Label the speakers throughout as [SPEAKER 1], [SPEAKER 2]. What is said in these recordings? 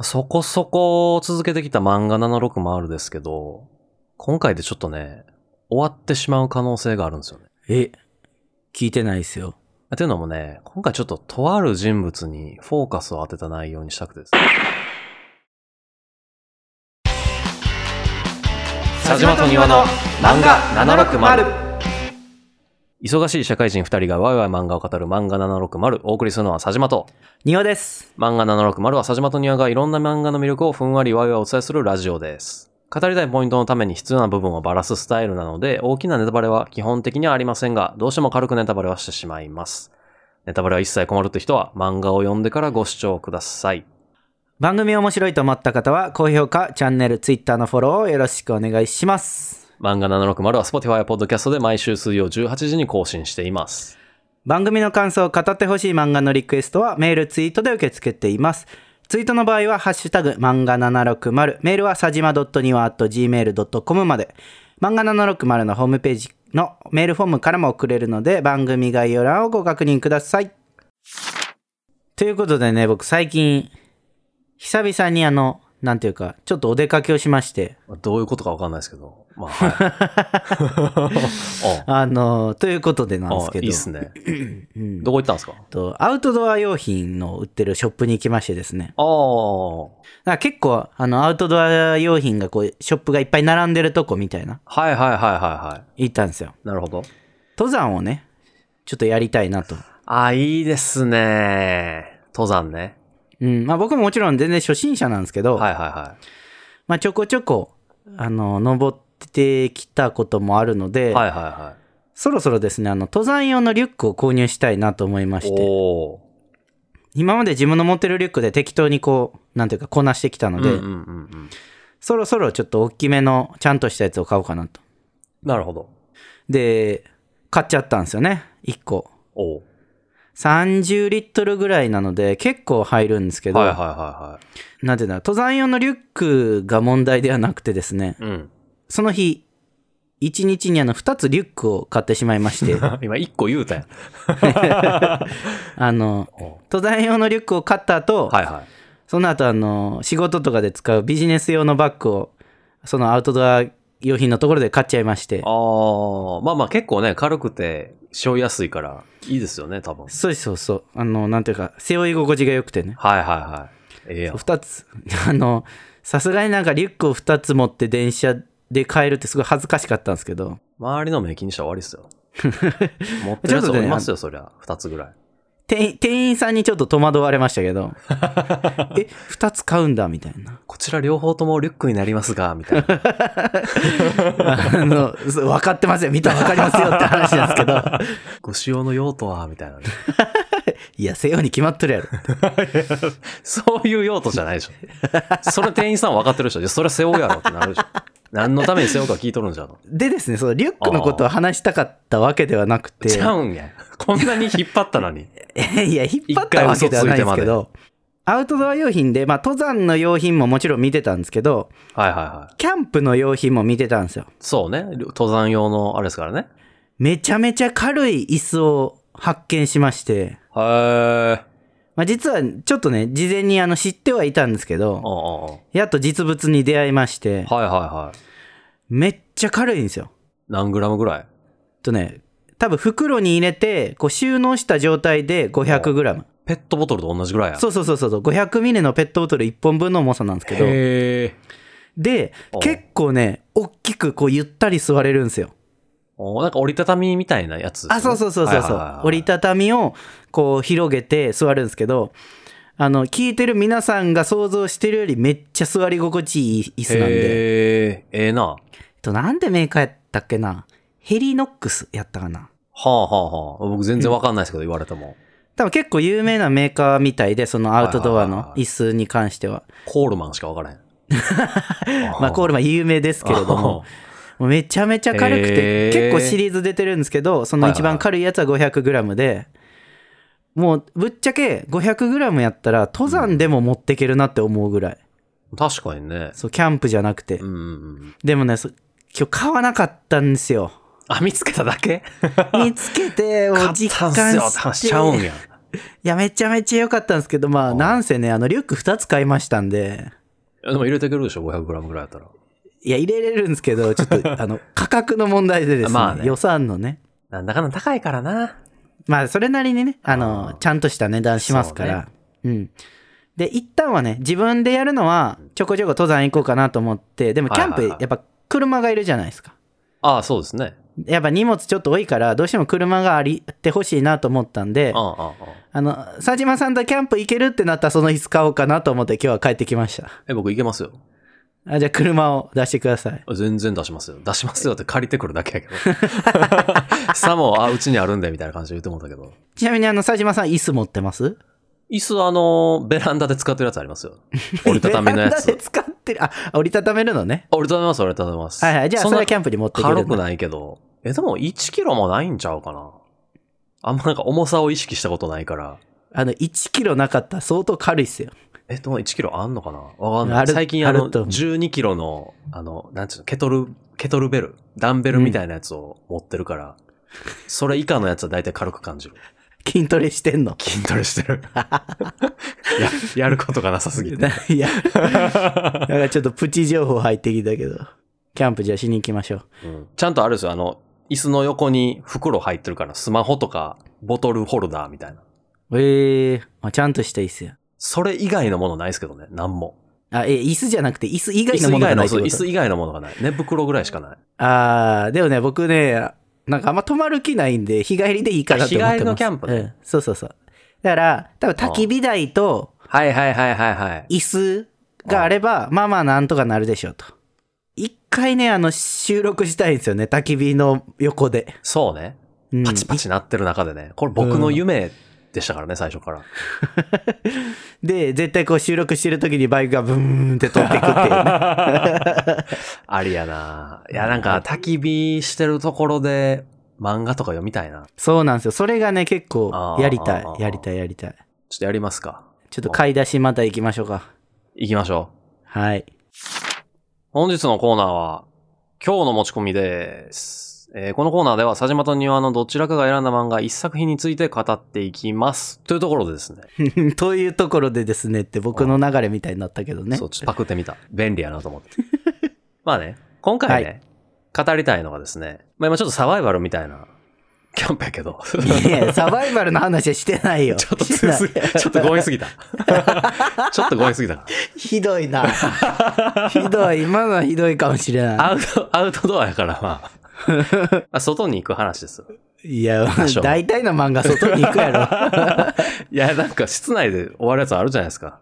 [SPEAKER 1] そこそこ続けてきた漫画76もあるですけど、今回でちょっとね、終わってしまう可能性があるんですよね。
[SPEAKER 2] え、聞いてないですよ。
[SPEAKER 1] というのもね、今回ちょっととある人物にフォーカスを当てた内容にしたくてですね。佐島と庭の漫画760忙しい社会人二人がワイワイ漫画を語る漫画760お送りするのは佐島と
[SPEAKER 2] 庭です。
[SPEAKER 1] 漫画760は佐島と庭がいろんな漫画の魅力をふんわりわいわいお伝えするラジオです。語りたいポイントのために必要な部分をバラすスタイルなので、大きなネタバレは基本的にはありませんが、どうしても軽くネタバレはしてしまいます。ネタバレは一切困るって人は漫画を読んでからご視聴ください。
[SPEAKER 2] 番組面白いと思った方は、高評価、チャンネル、ツイッターのフォローをよろしくお願いします。
[SPEAKER 1] 漫画760は Spotify や Podcast で毎週水曜18時に更新しています。
[SPEAKER 2] 番組の感想を語ってほしい漫画のリクエストはメール、ツイートで受け付けています。ツイートの場合は、ハッシュタグ、漫画760、メールはさじま .niwa.gmail.com まで、漫画760のホームページのメールフォームからも送れるので、番組概要欄をご確認ください。ということでね、僕最近、久々にあの、なんていうか、ちょっとお出かけをしまして、
[SPEAKER 1] どういうことかわかんないですけど。まあ、 はい。
[SPEAKER 2] あの、ということでな
[SPEAKER 1] あ
[SPEAKER 2] んで
[SPEAKER 1] あ
[SPEAKER 2] すけど、
[SPEAKER 1] いいっすね。
[SPEAKER 2] うん
[SPEAKER 1] どこ行ったんですか
[SPEAKER 2] とアウトドア用品の売ってるショップに行きましてですね。
[SPEAKER 1] ああ。
[SPEAKER 2] だから結構、あの、アウトドア用品がこう、ショップがいっぱい並んでるとこみたいな、
[SPEAKER 1] はいはいはいはいは
[SPEAKER 2] 行ったんですよ。
[SPEAKER 1] い。なるほど。
[SPEAKER 2] 登山をね、ちょっとやりたいなと。
[SPEAKER 1] あ、いいですね。登山ね。
[SPEAKER 2] うん。まあ僕ももちろん全然初心者なんですけど、
[SPEAKER 1] はいはいは
[SPEAKER 2] まあちょこちょこ、あの、登ってきたこともあるので、
[SPEAKER 1] い。はいはいは
[SPEAKER 2] そろそろですね、あの、登山用のリュックを購入したいなと思いま
[SPEAKER 1] い。
[SPEAKER 2] して、
[SPEAKER 1] おー
[SPEAKER 2] 今まで自分の持ってるリュックで適当にこう、なんていうか、こなしてきた
[SPEAKER 1] う
[SPEAKER 2] の
[SPEAKER 1] んう
[SPEAKER 2] で、
[SPEAKER 1] んうんうん。
[SPEAKER 2] そろそろちょっと大きめの、ちゃんとしたやつを買おうかなと。
[SPEAKER 1] なるほど。
[SPEAKER 2] で、買っちゃったんですよね。1個。
[SPEAKER 1] おー
[SPEAKER 2] 30リットルぐらいなので、結構入るんですけど、
[SPEAKER 1] はいはいは
[SPEAKER 2] なんていうんだろう登山用のリュックが問題ではなくてですね、
[SPEAKER 1] いはい。うん。
[SPEAKER 2] その日、1日にあの2つリュックを買ってしまいまして、
[SPEAKER 1] 今一個言うたやん。
[SPEAKER 2] あの、
[SPEAKER 1] お
[SPEAKER 2] 登山用のリュックを買った後、
[SPEAKER 1] はいはい。
[SPEAKER 2] その後あの、仕事とかで使うビジネス用のバッグを、そのアウトドア用品のところで買っちゃいまして、
[SPEAKER 1] ああ、まあまあ結構ね、軽くて、背負いやすいから、いいですよね、多分。
[SPEAKER 2] そうそうそう、あの、なんていうか、背負い心地が良くてね。
[SPEAKER 1] はいはいはい。ええやん。
[SPEAKER 2] 2つ あのさすがになんかリュックを2つ持って電車で帰るってすごい恥ずかしかったんですけど
[SPEAKER 1] 周りの目気にしたら終わりっす よ。持ってるやつおりますよ、そりゃ。二つぐらい。
[SPEAKER 2] 店員店員さんにちょっと戸惑われましたけどえ2つ買うんだみたいな
[SPEAKER 1] こちら両方ともリュックになりますが、みたいな。
[SPEAKER 2] あのそう分かってますよ見たら分かりますよって話なんですけど
[SPEAKER 1] ご使用の用途は、みたいなね。
[SPEAKER 2] いや西洋に決まっとるやろ
[SPEAKER 1] そういう用途じゃないでしょ。それ店員さん分かってるでしょ。いやそれ背負うやろってなるでしょ。何のために背負うか聞いとるんじゃろ。
[SPEAKER 2] でですねそのリュックのことを話したかったわけではなくて
[SPEAKER 1] ちゃうんや。こんなに引っ張ったのに。
[SPEAKER 2] いや、引っ張ったわけではないですけ
[SPEAKER 1] 一回
[SPEAKER 2] ど、アウトドア用品で、まあ、登山の用品ももちろん見てたんですけど、
[SPEAKER 1] はいはいはい。
[SPEAKER 2] キャンプの用品も見てたんですよ。
[SPEAKER 1] そうね。登山用のあれですからね。
[SPEAKER 2] めちゃめちゃ軽い椅子を発見しまして、
[SPEAKER 1] へえ。
[SPEAKER 2] まあ、実はちょっとね、事前にあの知ってはいたんですけ
[SPEAKER 1] う
[SPEAKER 2] ど、
[SPEAKER 1] んうんうん
[SPEAKER 2] やっと実物に出会いまして、
[SPEAKER 1] はいはいはい。
[SPEAKER 2] めっちゃ軽いんですよ。
[SPEAKER 1] 何グラムぐらい
[SPEAKER 2] とね、多分袋に入れて、こう収納した状態で 500g。
[SPEAKER 1] ペットボトルと同じぐらいや。
[SPEAKER 2] そうそうそうそう、500ミリのペットボトル1本分の重さなんですけど、
[SPEAKER 1] へえ。
[SPEAKER 2] で
[SPEAKER 1] お、
[SPEAKER 2] 結構ね、大きくこうゆったり座れるんですよ。
[SPEAKER 1] おなんか折りたたみみたいなやつですね、
[SPEAKER 2] あ、そうそうそうそう
[SPEAKER 1] はいは
[SPEAKER 2] そ
[SPEAKER 1] いはいは
[SPEAKER 2] う
[SPEAKER 1] い。
[SPEAKER 2] 折りたたみをこう広げて座るんですけど、あの、聞いてる皆さんが想像してるよりめっちゃ座り心地いい椅子なんで。え
[SPEAKER 1] へえ、ええな。は
[SPEAKER 2] っと、なんでメーカーやったっけなヘリノックスやったかな
[SPEAKER 1] あはあはあ。僕全然わかんないですけど、言われても。
[SPEAKER 2] 多分結構有名なメーカーみたいで、そのアウトドアの椅子に関しては。
[SPEAKER 1] コールマンしかわからへん。
[SPEAKER 2] まあ、コールマン有名ですけれども、もうめちゃめちゃ軽く
[SPEAKER 1] へ
[SPEAKER 2] て、
[SPEAKER 1] ー
[SPEAKER 2] 結構シリーズ出てるんですけど、その一番軽いやつは 500g で、もうぶっちゃけ 500g やったら登山でも持ってけるなって思うぐらい。
[SPEAKER 1] あ。 確かにね。
[SPEAKER 2] そう、キャンプじゃなくて
[SPEAKER 1] う。んうんうん。
[SPEAKER 2] でもね、そ今日買わなかったんですよ。
[SPEAKER 1] あ、見つけただけ
[SPEAKER 2] 見つけ
[SPEAKER 1] 買
[SPEAKER 2] て、お
[SPEAKER 1] っ
[SPEAKER 2] 実
[SPEAKER 1] たんすよ
[SPEAKER 2] 感
[SPEAKER 1] って話
[SPEAKER 2] し
[SPEAKER 1] しちゃうん
[SPEAKER 2] て。
[SPEAKER 1] や。
[SPEAKER 2] いや、めちゃめちゃ良かったんですけど、まあ、なんせね、あの、リュック2つ買いましたんで、
[SPEAKER 1] やでも入れてくれるでしょ ?500g ぐらいやったら。
[SPEAKER 2] いや、入れれるんですけど、ちょっと、あの、価格の問題でですね、
[SPEAKER 1] まあね
[SPEAKER 2] 予算のね。
[SPEAKER 1] なんだかんだ高いからな。
[SPEAKER 2] まあ、それなりにね、あの、
[SPEAKER 1] あー
[SPEAKER 2] ちゃんとした値段しますから。うん。で、一旦はね、自分でやるのは、ちょこちょこ登山行こうかなと思って、でも、キャン
[SPEAKER 1] は
[SPEAKER 2] プ、
[SPEAKER 1] い
[SPEAKER 2] や
[SPEAKER 1] はいはい
[SPEAKER 2] っぱ、車がいるじゃないですか。
[SPEAKER 1] ああ、そうですね。
[SPEAKER 2] やっぱ荷物ちょっと多いから、どうしても車がありあってほしいなと思ったんで
[SPEAKER 1] あ、あ、ああ。
[SPEAKER 2] あの、佐島さんとキャンプ行けるってなったらその日使おうかなと思って今日は帰ってきました。
[SPEAKER 1] え、僕いけますよ。
[SPEAKER 2] あじゃあ車を出してください。
[SPEAKER 1] 全然出しますよ。出しますよって借りてくるだけやけど。 さも、あ、うちにあるんで、みたいな感じで言ってもったけど。
[SPEAKER 2] ちなみにあの、佐島さん椅子持ってます
[SPEAKER 1] 椅子、あの、ベランダで使ってるやつありますよ。折りたたみのや
[SPEAKER 2] ベランダで
[SPEAKER 1] つ。
[SPEAKER 2] 使ってる。あ、折りたためるのね。
[SPEAKER 1] あ折りたたみます、折りたたみます。
[SPEAKER 2] はいはい。じゃあそ
[SPEAKER 1] んな
[SPEAKER 2] れはキャンプに持っていける
[SPEAKER 1] 軽
[SPEAKER 2] んだ
[SPEAKER 1] くないけど。え、でも1キロもないんちゃうかな。あんまなんか重さを意識したことないから。
[SPEAKER 2] あの、1キロなかったら相当軽いっすよ。
[SPEAKER 1] え、でも1キロあんのかなわかんな
[SPEAKER 2] あ
[SPEAKER 1] い。
[SPEAKER 2] る
[SPEAKER 1] 最近あ
[SPEAKER 2] あ
[SPEAKER 1] の、
[SPEAKER 2] ると思う
[SPEAKER 1] 12キロの、あの、なんていうの、ケトル、ケトルベル、ダンベルみたいなやつを持ってるから、それ以下のやつは大体軽く感じる。
[SPEAKER 2] 筋トレしてんの。
[SPEAKER 1] 筋トレして る。や、やることがなさすぎて。
[SPEAKER 2] いや、なんかちょっとプチ情報入ってきたけど。キャンプじゃあしに行きましょ
[SPEAKER 1] う
[SPEAKER 2] う。
[SPEAKER 1] んちゃんとあるんですよ。あの、椅子の横に袋入ってるから、スマホとか、ボトルホルダーみたいな。
[SPEAKER 2] ええー、まあ、ちゃんとした椅子や。
[SPEAKER 1] それ以外のものないですけどね、なんも。
[SPEAKER 2] あ、え、椅子じゃなくて椅子以
[SPEAKER 1] 椅子
[SPEAKER 2] 外のも
[SPEAKER 1] 以外
[SPEAKER 2] のがない
[SPEAKER 1] の、
[SPEAKER 2] ってこ
[SPEAKER 1] そう
[SPEAKER 2] と
[SPEAKER 1] 椅子以外のものがない。寝袋ぐらいしかない。
[SPEAKER 2] あー、でもね、僕ね、なんかあんま泊まる気ないんで、日帰りでいいかなと思ってます。
[SPEAKER 1] あ日帰りのキャンプね
[SPEAKER 2] うん、そうそうそう。だから、多分焚き火台と
[SPEAKER 1] はいはいはいはいはい。
[SPEAKER 2] 椅子があれば、まあまあなんとかなるでしょうと。一回ね、あの、収録したいんですよね、焚き火の横で。
[SPEAKER 1] そうね。
[SPEAKER 2] うん
[SPEAKER 1] パチパチ鳴ってる中でね。これ僕の夢でしたからね、最初から。
[SPEAKER 2] で、絶対こう収録してる時にバイクがブーンって飛んでいくって いう、ね。
[SPEAKER 1] ありやな。いや、なんか、焚き火してるところで、漫画とか読みたいな。
[SPEAKER 2] そうなんですよ。それがね、結構
[SPEAKER 1] あ、ー
[SPEAKER 2] やりたい
[SPEAKER 1] あ、ー
[SPEAKER 2] やりたい、やりたい。
[SPEAKER 1] ちょっとやりますか。
[SPEAKER 2] ちょっと買い出しまた行きましょうか。
[SPEAKER 1] 行きましょう。
[SPEAKER 2] はい。
[SPEAKER 1] 本日のコーナーは、今日の持ち込みです。えーこのコーナーでは、佐島と庭のどちらかが選んだ漫画一作品について語っていきます。というところでですね。
[SPEAKER 2] というところでですねって僕の流れみたいになったけどね
[SPEAKER 1] そ。う、ちょっとパクってみた。便利やなと思って。 まあね、今回ね、語りたいのがですね、まあ今ちょっとサバイバルみたいなキャンプやけど、ちょ
[SPEAKER 2] いやサバイバルの話はしてな いよ。
[SPEAKER 1] っと強すぎ、 ちょっと強引すぎた。 ちょっと強引すぎたか
[SPEAKER 2] ひどいな。 ひどい。今のはひどいかもしれ
[SPEAKER 1] ら。
[SPEAKER 2] な
[SPEAKER 1] アウト、アウトドアやから、 まあ。まあ外に行く話ですよ。
[SPEAKER 2] い。いや
[SPEAKER 1] 多、少
[SPEAKER 2] 大体の漫画外に行くやろ。
[SPEAKER 1] いや、なんか室内で終わるやつあるじゃないですか。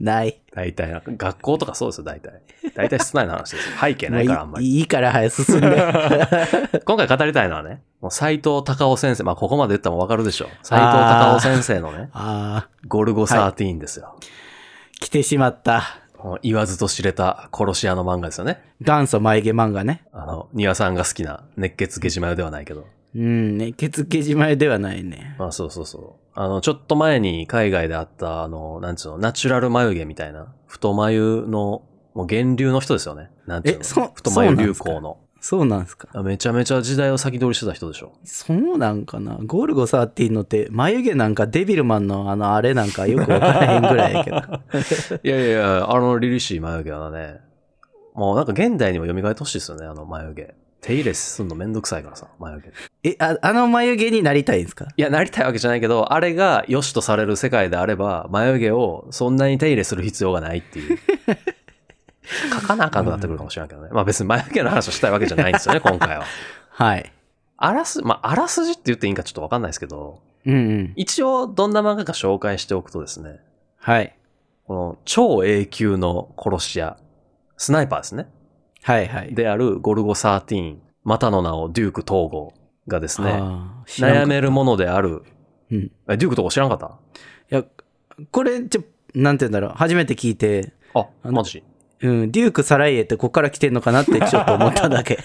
[SPEAKER 2] ない。
[SPEAKER 1] 大体な、学校とかそうですよ、大体。大体室内の話です よ。背景
[SPEAKER 2] も
[SPEAKER 1] な
[SPEAKER 2] う
[SPEAKER 1] い
[SPEAKER 2] い
[SPEAKER 1] から、あんまり。
[SPEAKER 2] いいいから早く進 んで。
[SPEAKER 1] 今回語りたいのはね、もう斎藤隆夫先生、まあここまで言ったらわかるでしょう。斎藤隆夫先生のね、
[SPEAKER 2] ああ、
[SPEAKER 1] ゴルゴ13ですよ。
[SPEAKER 2] 来てしまった。
[SPEAKER 1] もう言わずと知れた殺し屋の漫画ですよね。
[SPEAKER 2] 元祖眉毛漫画ね。
[SPEAKER 1] あの、庭さんが好きな熱血ゲジマヨではないけど。
[SPEAKER 2] うん、ね、ケツケジ前ではないね。
[SPEAKER 1] まあそうそうそう。あの、ちょっと前に海外であった、あの、なんつうの、ナチュラル眉毛みたいな、太眉の、もう源流の人ですよね。なんていう
[SPEAKER 2] えそ
[SPEAKER 1] の太眉流
[SPEAKER 2] そうな
[SPEAKER 1] 行の。
[SPEAKER 2] そうなんすか。
[SPEAKER 1] めちゃめちゃ時代を先取りしてた人でしょ。
[SPEAKER 2] そうなんかな。ゴルゴ13のって、眉毛なんかデビルマンのあのあれなんかよくわからへんぐらいや けど。
[SPEAKER 1] いやいやいや、あの凛々しい眉毛はね、もうなんか現代にも蘇ってほしいですよね、あの眉毛。手入れすんのめんどくさいからさ、眉毛。い
[SPEAKER 2] え、ああの眉毛になりたいんですか
[SPEAKER 1] や、なりたいわけじゃないけど、あれが良しとされる世界であれば、眉毛をそんなに手入れする必要がないって いう。書かなあかんくなってくるかもしれないけどね。まあ別に眉毛の話をしたいわけじゃないんですよね、今回は。
[SPEAKER 2] はい。
[SPEAKER 1] あらす、まああらすじって言っていいんかちょっとわかんないですけど、
[SPEAKER 2] うんうん。
[SPEAKER 1] 一応どんな漫画か紹介しておくとですね、
[SPEAKER 2] はい。
[SPEAKER 1] この超永久の殺し屋、スナイパーですね。
[SPEAKER 2] はいはい。
[SPEAKER 1] であるゴルゴ13、またの名をデューク統合がですね、
[SPEAKER 2] あー知らんか
[SPEAKER 1] 悩めるものである、
[SPEAKER 2] うん。い
[SPEAKER 1] えデューク統合知らんかった
[SPEAKER 2] や、これ、ちょ、なんて言うんだろう。初めて聞いて、
[SPEAKER 1] あ、
[SPEAKER 2] あの
[SPEAKER 1] マジ
[SPEAKER 2] うん、デューク・サライエってこっから来てんのかなってちょっと思っただけ。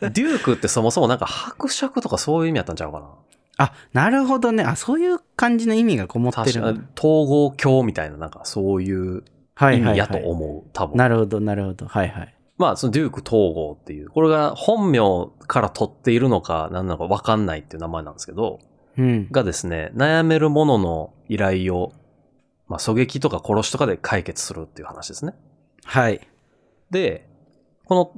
[SPEAKER 1] デュークってそもそもなんか伯爵とかそういう意味やったんちゃうかな
[SPEAKER 2] あ、なるほどね。あ、そういう感じの意味がこもって
[SPEAKER 1] 確
[SPEAKER 2] る
[SPEAKER 1] か
[SPEAKER 2] の。
[SPEAKER 1] 統合教みたいななんかそういう
[SPEAKER 2] は
[SPEAKER 1] 意
[SPEAKER 2] いはい、
[SPEAKER 1] 味や
[SPEAKER 2] は
[SPEAKER 1] と
[SPEAKER 2] い。
[SPEAKER 1] 思う、多分。
[SPEAKER 2] なるほど、なるほど。はいはい。
[SPEAKER 1] まあそのデューク統合っていう、これが本名から取っているのか何なのかわかんないっていう名前なんですけど、
[SPEAKER 2] ううん。
[SPEAKER 1] がですね、悩める者の依頼を、まあ、狙撃とか殺しとかで解決するっていう話ですね。
[SPEAKER 2] はい。
[SPEAKER 1] で、この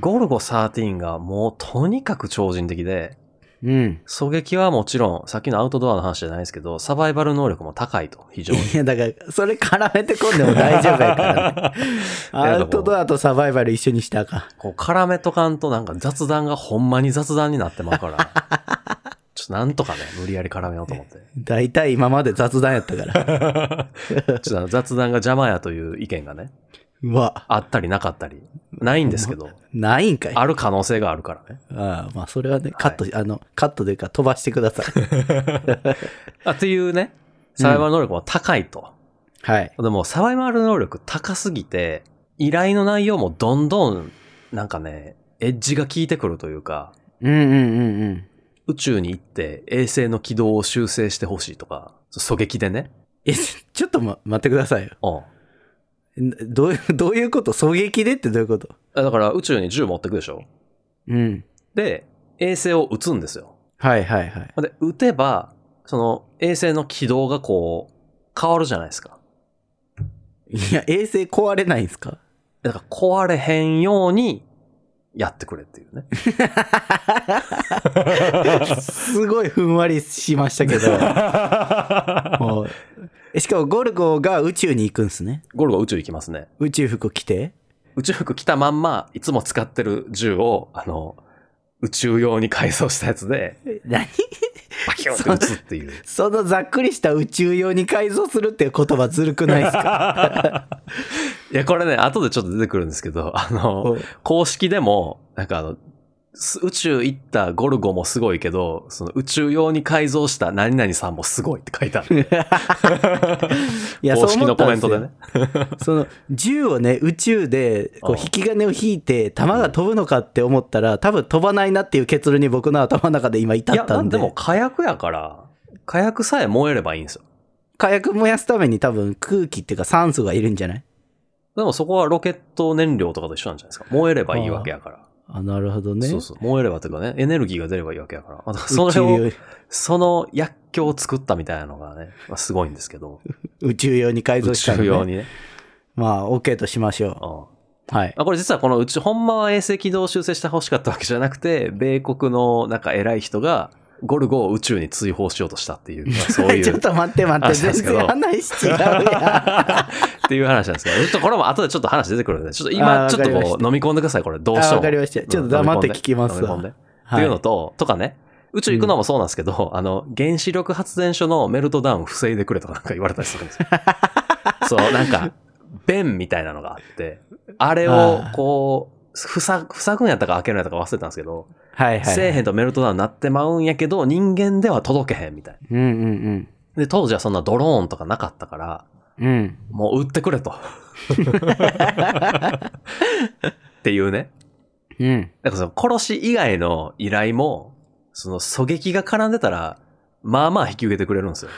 [SPEAKER 1] ゴルゴ13がもうとにかく超人的で、
[SPEAKER 2] うん。
[SPEAKER 1] 狙撃はもちろん、さっきのアウトドアの話じゃないですけど、サバイバル能力も高いと、非常に。
[SPEAKER 2] いや、だから、それ絡めてこんでも大丈夫やから、ね。 アウトドアとサバイバル一緒にしたらあかん。
[SPEAKER 1] こう絡めとかんとなんか雑談がほんまに雑談になってまうから、 ちょっとなんとかね、無理やり絡めようと思 って。
[SPEAKER 2] 大体今まで雑談やった から。
[SPEAKER 1] ちょっと雑談が邪魔やという意見がね、
[SPEAKER 2] うわ、
[SPEAKER 1] あったりなかったり、ないんですけど、
[SPEAKER 2] ないんかい。あ
[SPEAKER 1] ある可能性があるからね。
[SPEAKER 2] あまあ、それはね、カット、あの、カットというか飛ばしてください。
[SPEAKER 1] あっていうね、サバイバル能力も高いと。
[SPEAKER 2] はい。
[SPEAKER 1] でも、サバイバル能力高すぎて、依頼の内容もどんどん、なんかね、エッジが効いてくるというか、
[SPEAKER 2] うんうんうんうん。
[SPEAKER 1] 宇宙に行って衛星の軌道を修正してほしいとか、狙撃でね。
[SPEAKER 2] え、ちょっと、ま、待ってくださいよ。
[SPEAKER 1] うん。
[SPEAKER 2] どういう、どういうこと狙撃でってどういうこと
[SPEAKER 1] だから宇宙に銃持ってくでしょ
[SPEAKER 2] うん。
[SPEAKER 1] で、衛星を撃つんですよ。
[SPEAKER 2] はいはいはい。
[SPEAKER 1] で、撃てば、その衛星の軌道がこう、変わるじゃないですか。
[SPEAKER 2] いや、衛星壊れないんす か
[SPEAKER 1] だから壊れへんように、やってくれって いうね。
[SPEAKER 2] すごいふんわりしましたけ ど。もうえしかもゴルゴが宇宙に行くんすね。
[SPEAKER 1] ゴルゴ宇宙行きますね。
[SPEAKER 2] 宇宙服着て。
[SPEAKER 1] 宇宙服着たまんま、いつも使ってる銃を、あの、宇宙用に改装したやつで、
[SPEAKER 2] 何
[SPEAKER 1] バキュンって撃つっていう。
[SPEAKER 2] そのざっくりした宇宙用に改造するっていう言葉ずるくないです か
[SPEAKER 1] いや、これね、後でちょっと出てくるんですけど、 あの
[SPEAKER 2] うん、
[SPEAKER 1] 公式でも、なんかあの、す宇宙行ったゴルゴもすごいけど、その宇宙用に改造した何々さんもすごいって書いてある。
[SPEAKER 2] いや、
[SPEAKER 1] 公
[SPEAKER 2] そう
[SPEAKER 1] 式
[SPEAKER 2] 思
[SPEAKER 1] の
[SPEAKER 2] った
[SPEAKER 1] コ
[SPEAKER 2] ん
[SPEAKER 1] メ
[SPEAKER 2] で
[SPEAKER 1] ン
[SPEAKER 2] す
[SPEAKER 1] トで
[SPEAKER 2] よ
[SPEAKER 1] ね。。
[SPEAKER 2] その銃をね、宇宙で
[SPEAKER 1] う
[SPEAKER 2] こうん引き金を引いて、弾が飛ぶのかって思ったら、多分飛ばないなっていう結論に僕の頭の中で今至
[SPEAKER 1] いや、
[SPEAKER 2] った
[SPEAKER 1] なん
[SPEAKER 2] ん
[SPEAKER 1] で
[SPEAKER 2] で、
[SPEAKER 1] も火薬やから、火薬さえ燃えればいいんですよ。
[SPEAKER 2] 火薬燃やすために多分空気っていうか酸素がいるんじゃない
[SPEAKER 1] でもそこはロケット燃料とかと一緒なんじゃないですか。燃えればいいわけやから。
[SPEAKER 2] あ、なるほどね。
[SPEAKER 1] そうそう。燃えればというかね、エネルギーが出ればいいわけやから。まあだからそ
[SPEAKER 2] 宇宙
[SPEAKER 1] れを、
[SPEAKER 2] 用
[SPEAKER 1] その薬莢を作ったみたいなのがね、まあすごいんですけど、
[SPEAKER 2] 宇宙用に改
[SPEAKER 1] 宇
[SPEAKER 2] 造したの、
[SPEAKER 1] 宙
[SPEAKER 2] ね。
[SPEAKER 1] 用にね。
[SPEAKER 2] まあ、OK としましょ
[SPEAKER 1] うん
[SPEAKER 2] う。はい。
[SPEAKER 1] あこれ実はこのうち、ほんまは衛星軌道を修正してほしかったわけじゃなくて、米国のなんか偉い人が、ゴルゴを宇宙に追放しようとしたっていう、まあそうい
[SPEAKER 2] ち
[SPEAKER 1] う、
[SPEAKER 2] ょっ
[SPEAKER 1] っ
[SPEAKER 2] と待って待って、
[SPEAKER 1] 話なん
[SPEAKER 2] 全
[SPEAKER 1] ですけど
[SPEAKER 2] 然話違 うや
[SPEAKER 1] ていう話なんですけど、ちょっとこれも後でちょっと話出てくるので、ちょっと今
[SPEAKER 2] あー
[SPEAKER 1] ちょっと
[SPEAKER 2] わかりま
[SPEAKER 1] こう飲み込んでください、これ。どうして
[SPEAKER 2] あ
[SPEAKER 1] も。
[SPEAKER 2] わかりましたちょっと黙って聞きます
[SPEAKER 1] 飲み込
[SPEAKER 2] わ
[SPEAKER 1] んで。飲み込んでっ
[SPEAKER 2] ん。
[SPEAKER 1] ていうのと、とかね、宇宙行くのもそうなんですけど、あの、原子力発電所のメルトダウン防いでくれとかなんか言われたりするんです よ。そう、なんか、弁みたいなのがあって、あれを
[SPEAKER 2] あー
[SPEAKER 1] こう、塞ぐ塞ぐんやったか開けるんやったか忘れたんですけど、
[SPEAKER 2] はいはい。
[SPEAKER 1] せえへんとメルトダウンなってまうんやけど、人間では届けへんみたい
[SPEAKER 2] うんうん
[SPEAKER 1] な。で、当時はそんなドローンとかなかったから、
[SPEAKER 2] うん。うん。
[SPEAKER 1] もう売ってく れと。っていうね。
[SPEAKER 2] うん。
[SPEAKER 1] なんかその殺し以外の依頼も、その狙撃が絡んでたら、まあまあ引き受けてくれるんですよ。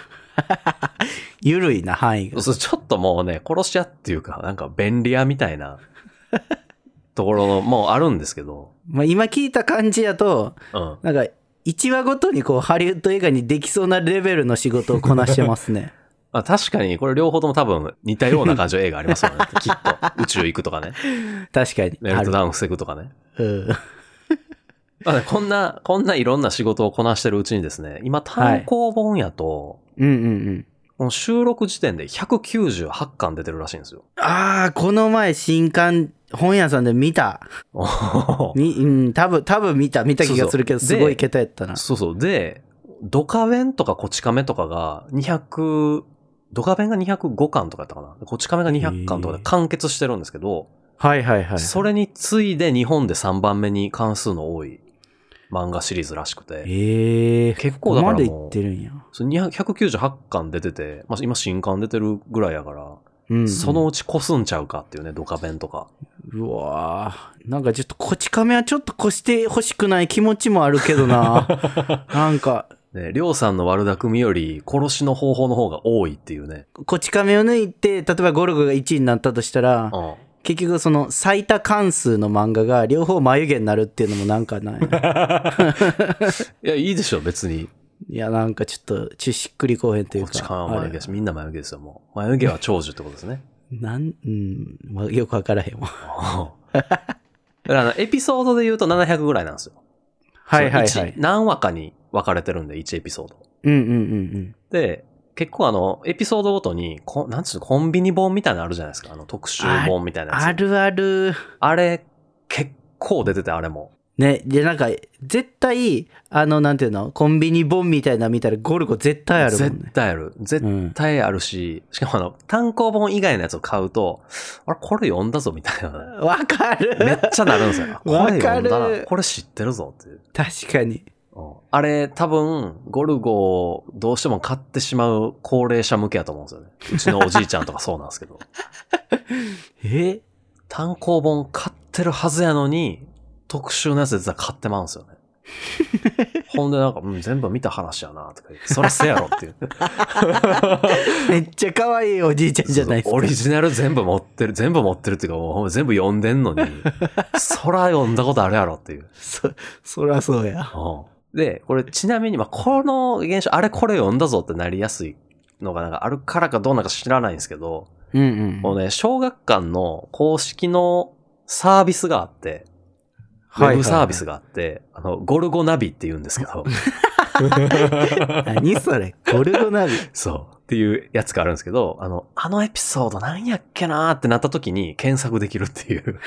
[SPEAKER 2] ゆるいな範囲が。
[SPEAKER 1] そうちょっともうね、殺し屋っていうか、なんか便利屋みたいなところの、もうあるんですけど、
[SPEAKER 2] まあ、今聞いた感じやと、
[SPEAKER 1] うん。
[SPEAKER 2] なんか、1話ごとにこう、ハリウッド映画にできそうなレベルの仕事をこなしてま すね。
[SPEAKER 1] まあ、確かにこれ両方とも多分似たような感じの映画ありますよね。きっと。宇宙行くとかね。
[SPEAKER 2] 確かに。
[SPEAKER 1] メルトダウン防ぐとかね。
[SPEAKER 2] あるうん。
[SPEAKER 1] まあねこんな、こんないろんな仕事をこなしてるうちにですね、今単行本やと、
[SPEAKER 2] うんうんうん。
[SPEAKER 1] この収録時点で198巻出てるらしいんですよ。
[SPEAKER 2] ああ、この前、新刊、本屋さんで見た。に、うん、多分、多分見た、見た気がするけど、
[SPEAKER 1] そうそ
[SPEAKER 2] す
[SPEAKER 1] う
[SPEAKER 2] ごい
[SPEAKER 1] で
[SPEAKER 2] 桁やったな。
[SPEAKER 1] そうそう。で、ドカベンとかコチカメとかが200、ドカベンが205巻とかやったかな。コチカメが200巻とかで完結してるんですけど、
[SPEAKER 2] はいはいはい。
[SPEAKER 1] それに次いで日本で3番目に関数の多い漫画シリーズらしくて、
[SPEAKER 2] ええー、
[SPEAKER 1] 結構
[SPEAKER 2] ここ
[SPEAKER 1] だか
[SPEAKER 2] ま
[SPEAKER 1] ら
[SPEAKER 2] で
[SPEAKER 1] も
[SPEAKER 2] いうってるんや。
[SPEAKER 1] そう200 198巻出てて、まあ、今新刊出てるぐらいやから、
[SPEAKER 2] うん、うん。
[SPEAKER 1] そのうち越すんちゃうかっていうね、ドカベンとか。
[SPEAKER 2] うわーなんかちょっとこち亀はちょっと越してほしくない気持ちもあるけど ななんか
[SPEAKER 1] ね、りょうさんの悪巧みより殺しの方法の方が多いっていうね。
[SPEAKER 2] こち亀を抜いて例えばゴルゴが1位になったとしたら
[SPEAKER 1] うん。
[SPEAKER 2] 結局その最多関数の漫画 が両方眉毛になるっていうのもなんかない
[SPEAKER 1] いや、いいでしょ、別に。
[SPEAKER 2] いや、なんかちょっと、ちしっくりこうへんという
[SPEAKER 1] こ
[SPEAKER 2] か。
[SPEAKER 1] っちかは眉毛だし、みんな眉毛ですよ、もう。眉毛は長寿ってことです ね。
[SPEAKER 2] なん、うん、わよくわからへんわ。
[SPEAKER 1] だからあの、エピソードで言うと700ぐらいなんですよ。
[SPEAKER 2] はいはい
[SPEAKER 1] そ
[SPEAKER 2] は
[SPEAKER 1] の一
[SPEAKER 2] い。
[SPEAKER 1] 何話かに分かれてるんで、1エピソード。
[SPEAKER 2] うんうんうん
[SPEAKER 1] で、結構あの、エピソードごとに、こなんつうの、コンビニ本みたいなのあるじゃないですか。あの、特集本みたい
[SPEAKER 2] うん。
[SPEAKER 1] なやつ。
[SPEAKER 2] あるある。
[SPEAKER 1] あれ、結構出てて、あれも。
[SPEAKER 2] ね、で、なんか、絶対、あの、なんていうの、コンビニ本みたいなの見たらゴルゴ絶対あるもん
[SPEAKER 1] 絶
[SPEAKER 2] ね。
[SPEAKER 1] 対ある。絶
[SPEAKER 2] うん。
[SPEAKER 1] 対あるし、しかもあの、単行本以外のやつを買うと、あれ、これ読んだぞ、みたいな。
[SPEAKER 2] わか
[SPEAKER 1] めっ
[SPEAKER 2] る
[SPEAKER 1] ちゃなるんですよ。こ
[SPEAKER 2] わか
[SPEAKER 1] れ
[SPEAKER 2] る
[SPEAKER 1] 読んだな。これ知ってるぞ、っていう。
[SPEAKER 2] 確かに。
[SPEAKER 1] うんあれ、多分、ゴルゴをどうしても買ってしまう高齢者向けやと思うんですよね。うちのおじいちゃんとかそうなんですけ ど。
[SPEAKER 2] え
[SPEAKER 1] 単行本買ってるはずやのに、特集のやつで実は買ってまうんですよね。ほんでなんか、うん、全部見た話やな、とか言って、そらせやろっていう。
[SPEAKER 2] めっちゃ可愛いおじいちゃ んじゃないです
[SPEAKER 1] オリ
[SPEAKER 2] か。
[SPEAKER 1] ジナル全部持ってる、全部持ってるっていうか、もう全部読んでんの に、そら読んだことあるやろっていう。
[SPEAKER 2] そ、 そらそうや。
[SPEAKER 1] うんで、これちなみに、まあ、この現象、あれこれ読んだぞってなりやすいのがなんかあるからかどうなのか知らないんですけど、
[SPEAKER 2] うんうん
[SPEAKER 1] もうね、小学館の公式のサービスがあって、ウェブサービスがあって、あの、ゴルゴナビって言うんですけど、
[SPEAKER 2] 何それゴルゴナビ。
[SPEAKER 1] そう、っていうやつがあるんですけど、あの、あのエピソードなんやっけなーってなった時に検索できるって いう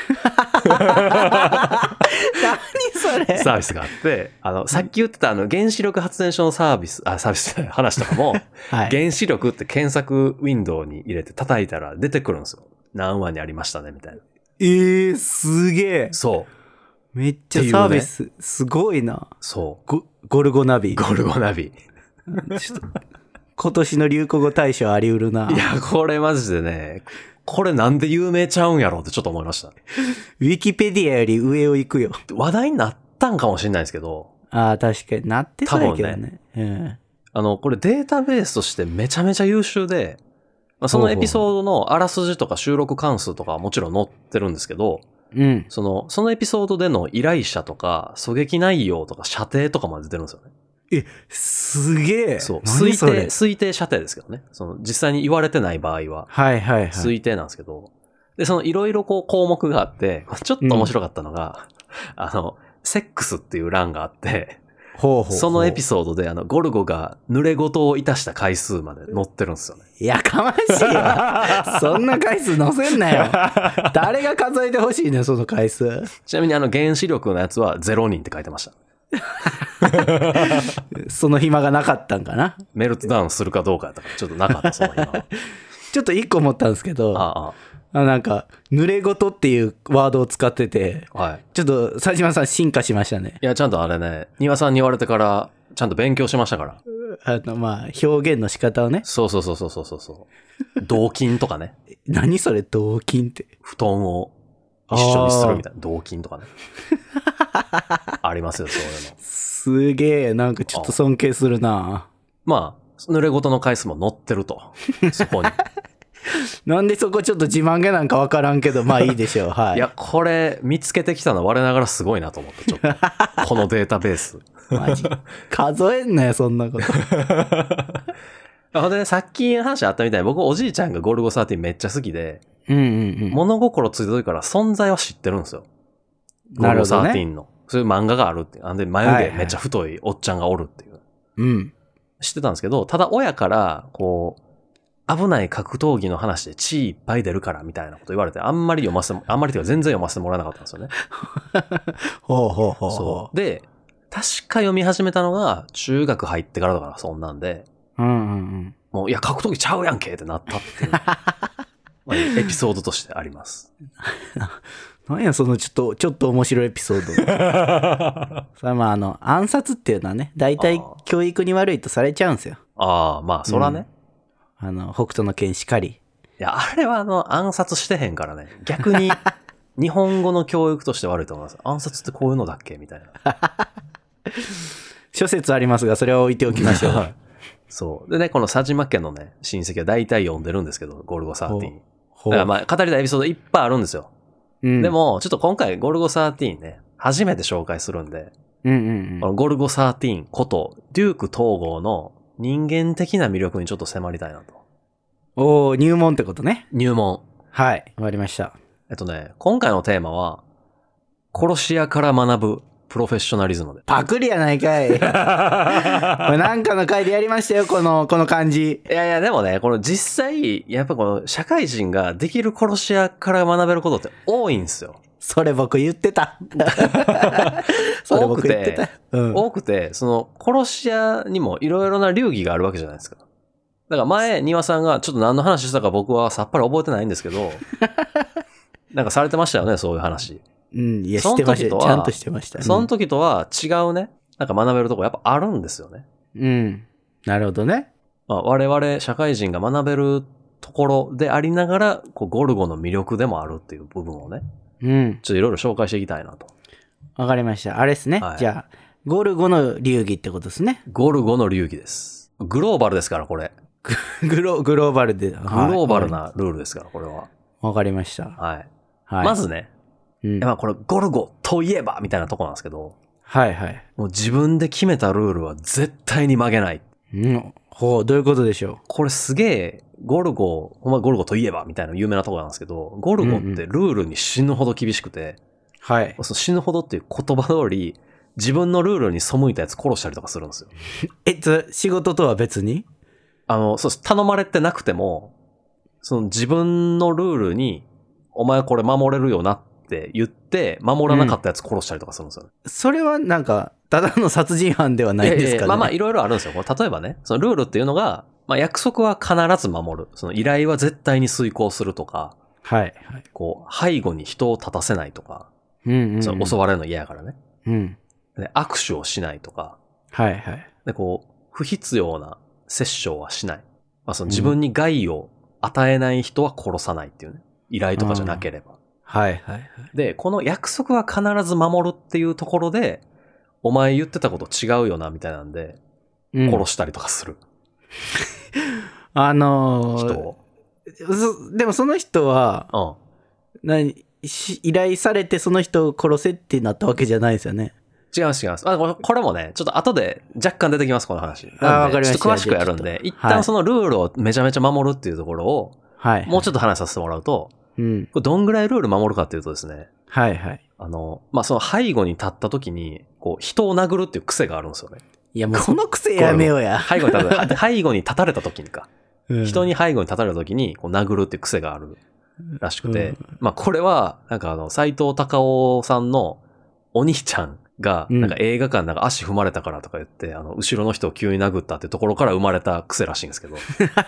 [SPEAKER 2] 何それ
[SPEAKER 1] サービスがあって、あの、さっき言ってたあの、原子力発電所のサービス、あ、サービスじゃない話とかも、
[SPEAKER 2] はい。
[SPEAKER 1] 原子力って検索ウィンドウに入れて叩いたら出てくるんですよ。何話にありましたね、みたいな。
[SPEAKER 2] えー、すげえ。
[SPEAKER 1] そう、
[SPEAKER 2] めっちゃサービス、すごいな。
[SPEAKER 1] そ
[SPEAKER 2] ゴゴルゴナビ。
[SPEAKER 1] う。ゴルゴナビ。
[SPEAKER 2] ちょっと 今年の流行語大賞あり得るな。
[SPEAKER 1] いや、これマジでね、これなんで有名ちゃうんやろうってちょっと思いました。
[SPEAKER 2] ウィキペディアより上を行くよ。
[SPEAKER 1] 話題になったんかもしれないですけど、
[SPEAKER 2] ああ、確かになってそうやけど
[SPEAKER 1] 多分
[SPEAKER 2] ね。うん。
[SPEAKER 1] あの、これデータベースとしてめちゃめちゃ優秀で、まあ、そのエピソードのあらすじとか収録関数とかはもちろん載ってるんですけど、
[SPEAKER 2] うん。
[SPEAKER 1] その、そのエピソードでの依頼者とか、狙撃内容とか、射程とかまで出てるんですよね。
[SPEAKER 2] え、すげえ。
[SPEAKER 1] そう。推
[SPEAKER 2] 何そ
[SPEAKER 1] 定、
[SPEAKER 2] れ。
[SPEAKER 1] 推定射程ですけどね。その、実際に言われてない場合は、
[SPEAKER 2] はいはいはい。
[SPEAKER 1] 推定なんですけど。で、その、いろいろこう項目があって、 ちょっと面白かったのが、あの、セックスっていう欄があって、
[SPEAKER 2] ほうほうほう
[SPEAKER 1] そのエピソードで、あの、ゴルゴが濡れ言をいたした回数まで載ってるんですよね。
[SPEAKER 2] やかましいわ。そんな回数載せんなよ。誰が数えてほしいね、その回数。
[SPEAKER 1] ちなみに、あの、原子力のやつは0人って書いてました。
[SPEAKER 2] その暇がなかったんかな。
[SPEAKER 1] メルトダウンするかどうかやったから、ちょっとなかった、その 今は。
[SPEAKER 2] ちょっと一個思ったんですけど、あ
[SPEAKER 1] あ
[SPEAKER 2] なんか、濡れ言っていうワードを使ってて、
[SPEAKER 1] あ、はい。
[SPEAKER 2] ちょっと佐島さん進化しましたね。
[SPEAKER 1] いや、ちゃんとあれね、庭さんに言われてから、ちゃんと勉強しましたから。
[SPEAKER 2] あの、まあ、表現の仕方をね。
[SPEAKER 1] そうそうそうそうそうそうそう。同金とかね、
[SPEAKER 2] 何それ、同金って。
[SPEAKER 1] 布団を一緒にするみたいな、同金 とかね。ありますよ、そういうの。
[SPEAKER 2] すげえ、なんかちょっと尊敬するな。
[SPEAKER 1] まあ、濡れ言の回数も載ってる と。そこに。
[SPEAKER 2] なんでそこちょっと自慢げなんかわからんけど、まあいいでしょう。はい。
[SPEAKER 1] いや、これ、見つけてきたの我ながらすごいなと思って、ちょっ と。このデータベース。
[SPEAKER 2] マジ。数えんなよ、そんなこと。
[SPEAKER 1] あほんでね、さっきの話あったみたいに、僕、おじいちゃんがゴルゴ13めっちゃ好きで、
[SPEAKER 2] うんうんうん。
[SPEAKER 1] 物心ついた時から存在は知ってるんですよ。ゴ
[SPEAKER 2] な
[SPEAKER 1] ル
[SPEAKER 2] る
[SPEAKER 1] ゴ
[SPEAKER 2] ほどね
[SPEAKER 1] 13の。そういう漫画があるって。あんで、
[SPEAKER 2] はい
[SPEAKER 1] 眉
[SPEAKER 2] は
[SPEAKER 1] 毛
[SPEAKER 2] い
[SPEAKER 1] めっちゃ太いおっちゃんがおるっていう。
[SPEAKER 2] うん。
[SPEAKER 1] 知ってたんですけど、ただ親から、こう、危ない格闘技の話で血いっぱい出るからみたいなこと言われて、あんまり読ませて、あんまりっていうか全然読ませてもらえなかったんですよね。
[SPEAKER 2] ほうほうほう
[SPEAKER 1] そ
[SPEAKER 2] ほ
[SPEAKER 1] う。で、確か読み始めたのが中学入ってからだからそんなんで、
[SPEAKER 2] う。うんうんうん。
[SPEAKER 1] もう、いや、格闘技ちゃうやんけってなったっていう、まあエピソードとしてあります。
[SPEAKER 2] なんや、そのちょっと、ちょっと面白いエピソー ド。それはまあ、あの、暗殺っていうのはね、大体
[SPEAKER 1] あー
[SPEAKER 2] 教育に悪いとされちゃうんですよ。
[SPEAKER 1] ああ、まあ、そらね。
[SPEAKER 2] あの、北斗の剣しかり。
[SPEAKER 1] いや、あれはあの、暗殺してへんからね。逆に、日本語の教育として悪いと思います。暗殺ってこういうのだっけみたいな。
[SPEAKER 2] 諸説ありますが、それは置いておきましょう。
[SPEAKER 1] そう。でね、この佐島家のね、親戚は大体読んでるんですけど、ゴルゴ
[SPEAKER 2] ほう
[SPEAKER 1] 13。だ
[SPEAKER 2] ほ
[SPEAKER 1] から
[SPEAKER 2] う。
[SPEAKER 1] まあ、語りたいエピソードいっぱいあるんですよ。
[SPEAKER 2] うん
[SPEAKER 1] で、も、ちょっと今回、ゴルゴ13ね、初めて紹介するんで、
[SPEAKER 2] うんうん
[SPEAKER 1] こ
[SPEAKER 2] うん。
[SPEAKER 1] のゴルゴ13こと、デューク統合の人間的な魅力にちょっと迫りたいなと。
[SPEAKER 2] おお入門ってことね。
[SPEAKER 1] 入門。
[SPEAKER 2] はい。終わりました。
[SPEAKER 1] えっとね、今回のテーマは、殺し屋から学ぶプロフェッショナリズムで。
[SPEAKER 2] パクリやないか い。これなんかの回でやりましたよ、この、この感じ。
[SPEAKER 1] いやいや、でもね、この実際、やっぱこの社会人ができる殺し屋から学べることって多いんですよ。
[SPEAKER 2] それ僕言っ てた。それ僕言ってた。うん。
[SPEAKER 1] 多くて、その殺し屋にもいろいろな流儀があるわけじゃないですか。だから前、庭さんがちょっと何の話したか僕はさっぱり覚えてないんですけ ど、なんかされてましたよね、そういう話。
[SPEAKER 2] うん、いや、
[SPEAKER 1] その
[SPEAKER 2] して
[SPEAKER 1] 時
[SPEAKER 2] ましたよ。
[SPEAKER 1] と
[SPEAKER 2] ち
[SPEAKER 1] は
[SPEAKER 2] ゃんとしてました。
[SPEAKER 1] その時とは違うね、なんか学べるとこやっぱあるんですよね。
[SPEAKER 2] うん。うん。なるほどね。
[SPEAKER 1] まあ、我々社会人が学べるところでありながら、こうゴルゴの魅力でもあるっていう部分をね、
[SPEAKER 2] うん。
[SPEAKER 1] ちょっといろいろ紹介していきたいなと。
[SPEAKER 2] わかりました。あれですね。
[SPEAKER 1] はい
[SPEAKER 2] じゃあ、ゴルゴの流儀ってことで すね。
[SPEAKER 1] ゴルゴの流儀です。グローバルですから、これ。
[SPEAKER 2] グロ、グローバルで。グ
[SPEAKER 1] グローバル。なルールですから、これは。
[SPEAKER 2] わかりました。
[SPEAKER 1] はい。
[SPEAKER 2] はい。
[SPEAKER 1] ま、ずね、
[SPEAKER 2] うん、
[SPEAKER 1] いやま
[SPEAKER 2] は
[SPEAKER 1] あこれゴルゴといえばみたいなとこなんですけど、
[SPEAKER 2] いはい。
[SPEAKER 1] もう自分で決めたルールは絶対に曲げない。
[SPEAKER 2] うん。ほう、どういうことでしょ
[SPEAKER 1] これすげえ、ゴルゴ、ほんまゴルゴといえばみたいな有名なとこなんですけど、ゴルゴっ
[SPEAKER 2] うんうん
[SPEAKER 1] てルールに死ぬほど厳しくて、
[SPEAKER 2] う。はい。
[SPEAKER 1] その死ぬほどっていう言葉通り、自分のルールに背いたやつ殺したりとかするんですよ。
[SPEAKER 2] えっと、仕事とは別に
[SPEAKER 1] あの、そうです頼まれてなくても、その自分のルールに、お前これ守れるよなって言って、守らなかったやつ殺したりとかするんですよね。
[SPEAKER 2] それはなんか、ただの殺人犯ではないんですかね。
[SPEAKER 1] いやいやまあまあいろいろあるんですよ。これ例えばね、そのルールっていうのが、まあ約束は必ず守る。その依頼は絶対に遂行するとか、
[SPEAKER 2] はい。はい。
[SPEAKER 1] こう、背後に人を立たせないとか、
[SPEAKER 2] うんうん、うん。
[SPEAKER 1] その襲われるの嫌やからね。
[SPEAKER 2] うん。
[SPEAKER 1] で握手をしないとか、
[SPEAKER 2] はいはい。
[SPEAKER 1] で、こう、不必要な殺生はしない。まあその自分に害を与えない人は殺さないっていうね。依頼とかじゃなければ。
[SPEAKER 2] はいはい。
[SPEAKER 1] で、この約束は必ず守るっていうところで、お前言ってたこと違うよな、みたいなんで、
[SPEAKER 2] うん、
[SPEAKER 1] 殺したりとかする
[SPEAKER 2] あの
[SPEAKER 1] 人
[SPEAKER 2] ー
[SPEAKER 1] を。
[SPEAKER 2] そでもその人は、
[SPEAKER 1] うん。
[SPEAKER 2] 何し依頼されてその人を殺せってなったわけじゃないですよね。
[SPEAKER 1] 違います違います。あこれこれもね、ちょっと後で若干出てきます、この話。
[SPEAKER 2] あー
[SPEAKER 1] な
[SPEAKER 2] わ
[SPEAKER 1] ん
[SPEAKER 2] か
[SPEAKER 1] で
[SPEAKER 2] り
[SPEAKER 1] ち
[SPEAKER 2] ま
[SPEAKER 1] ょっ
[SPEAKER 2] した
[SPEAKER 1] と詳しくやるんで、
[SPEAKER 2] じ
[SPEAKER 1] 一
[SPEAKER 2] ゃあちょっとはい
[SPEAKER 1] 旦そのルールをめちゃめちゃ守るっていうところを、
[SPEAKER 2] はい。
[SPEAKER 1] もうちょっと話させてもらうと、
[SPEAKER 2] うん。
[SPEAKER 1] これどんぐらいルール守るかっていうとですね、
[SPEAKER 2] はいはい。
[SPEAKER 1] あの、まあ、その背後に立った時に、こう、人を殴るっていう癖があるんですよね。
[SPEAKER 2] いやもうその癖やめようや。
[SPEAKER 1] 背後に立た背後に立たれた時にか。
[SPEAKER 2] うん
[SPEAKER 1] 人に背後に立たれた時に、こう、殴るっていう癖があるらしくて、
[SPEAKER 2] うん
[SPEAKER 1] まあ、これは、なんかあの、斎藤隆夫さんのお兄ちゃんが、
[SPEAKER 2] うん
[SPEAKER 1] なんか映画館なんか足踏まれたからとか言って、あの、後ろの人を急に殴ったってところから生まれた癖らしいん ですけど。なんか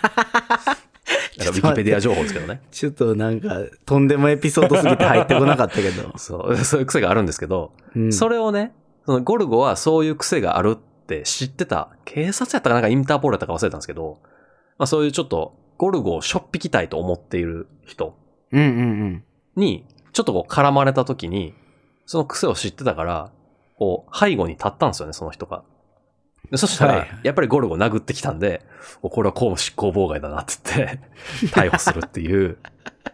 [SPEAKER 1] ウィキペディア情報ですけどね。。
[SPEAKER 2] ちょっとなんか、とんでもエピソードすぎて入ってこなかったけど
[SPEAKER 1] そう、そういう癖があるんですけど、
[SPEAKER 2] うん
[SPEAKER 1] それをね、そのゴルゴはそういう癖があるって知ってた、警察やったかなんかインターポールやったか忘れたんですけど、まあそういうちょっとゴルゴをしょっぴきたいと思っている人
[SPEAKER 2] うんうんうん。
[SPEAKER 1] に、ちょっとこう絡まれた時に、その癖を知ってたから、こう背後に立ったんですよね、その人が。でそした
[SPEAKER 2] は
[SPEAKER 1] ら
[SPEAKER 2] い、
[SPEAKER 1] やっぱりゴルゴ殴ってきたんで、おこれは公務執行妨害だなって言っ て、逮捕するっていう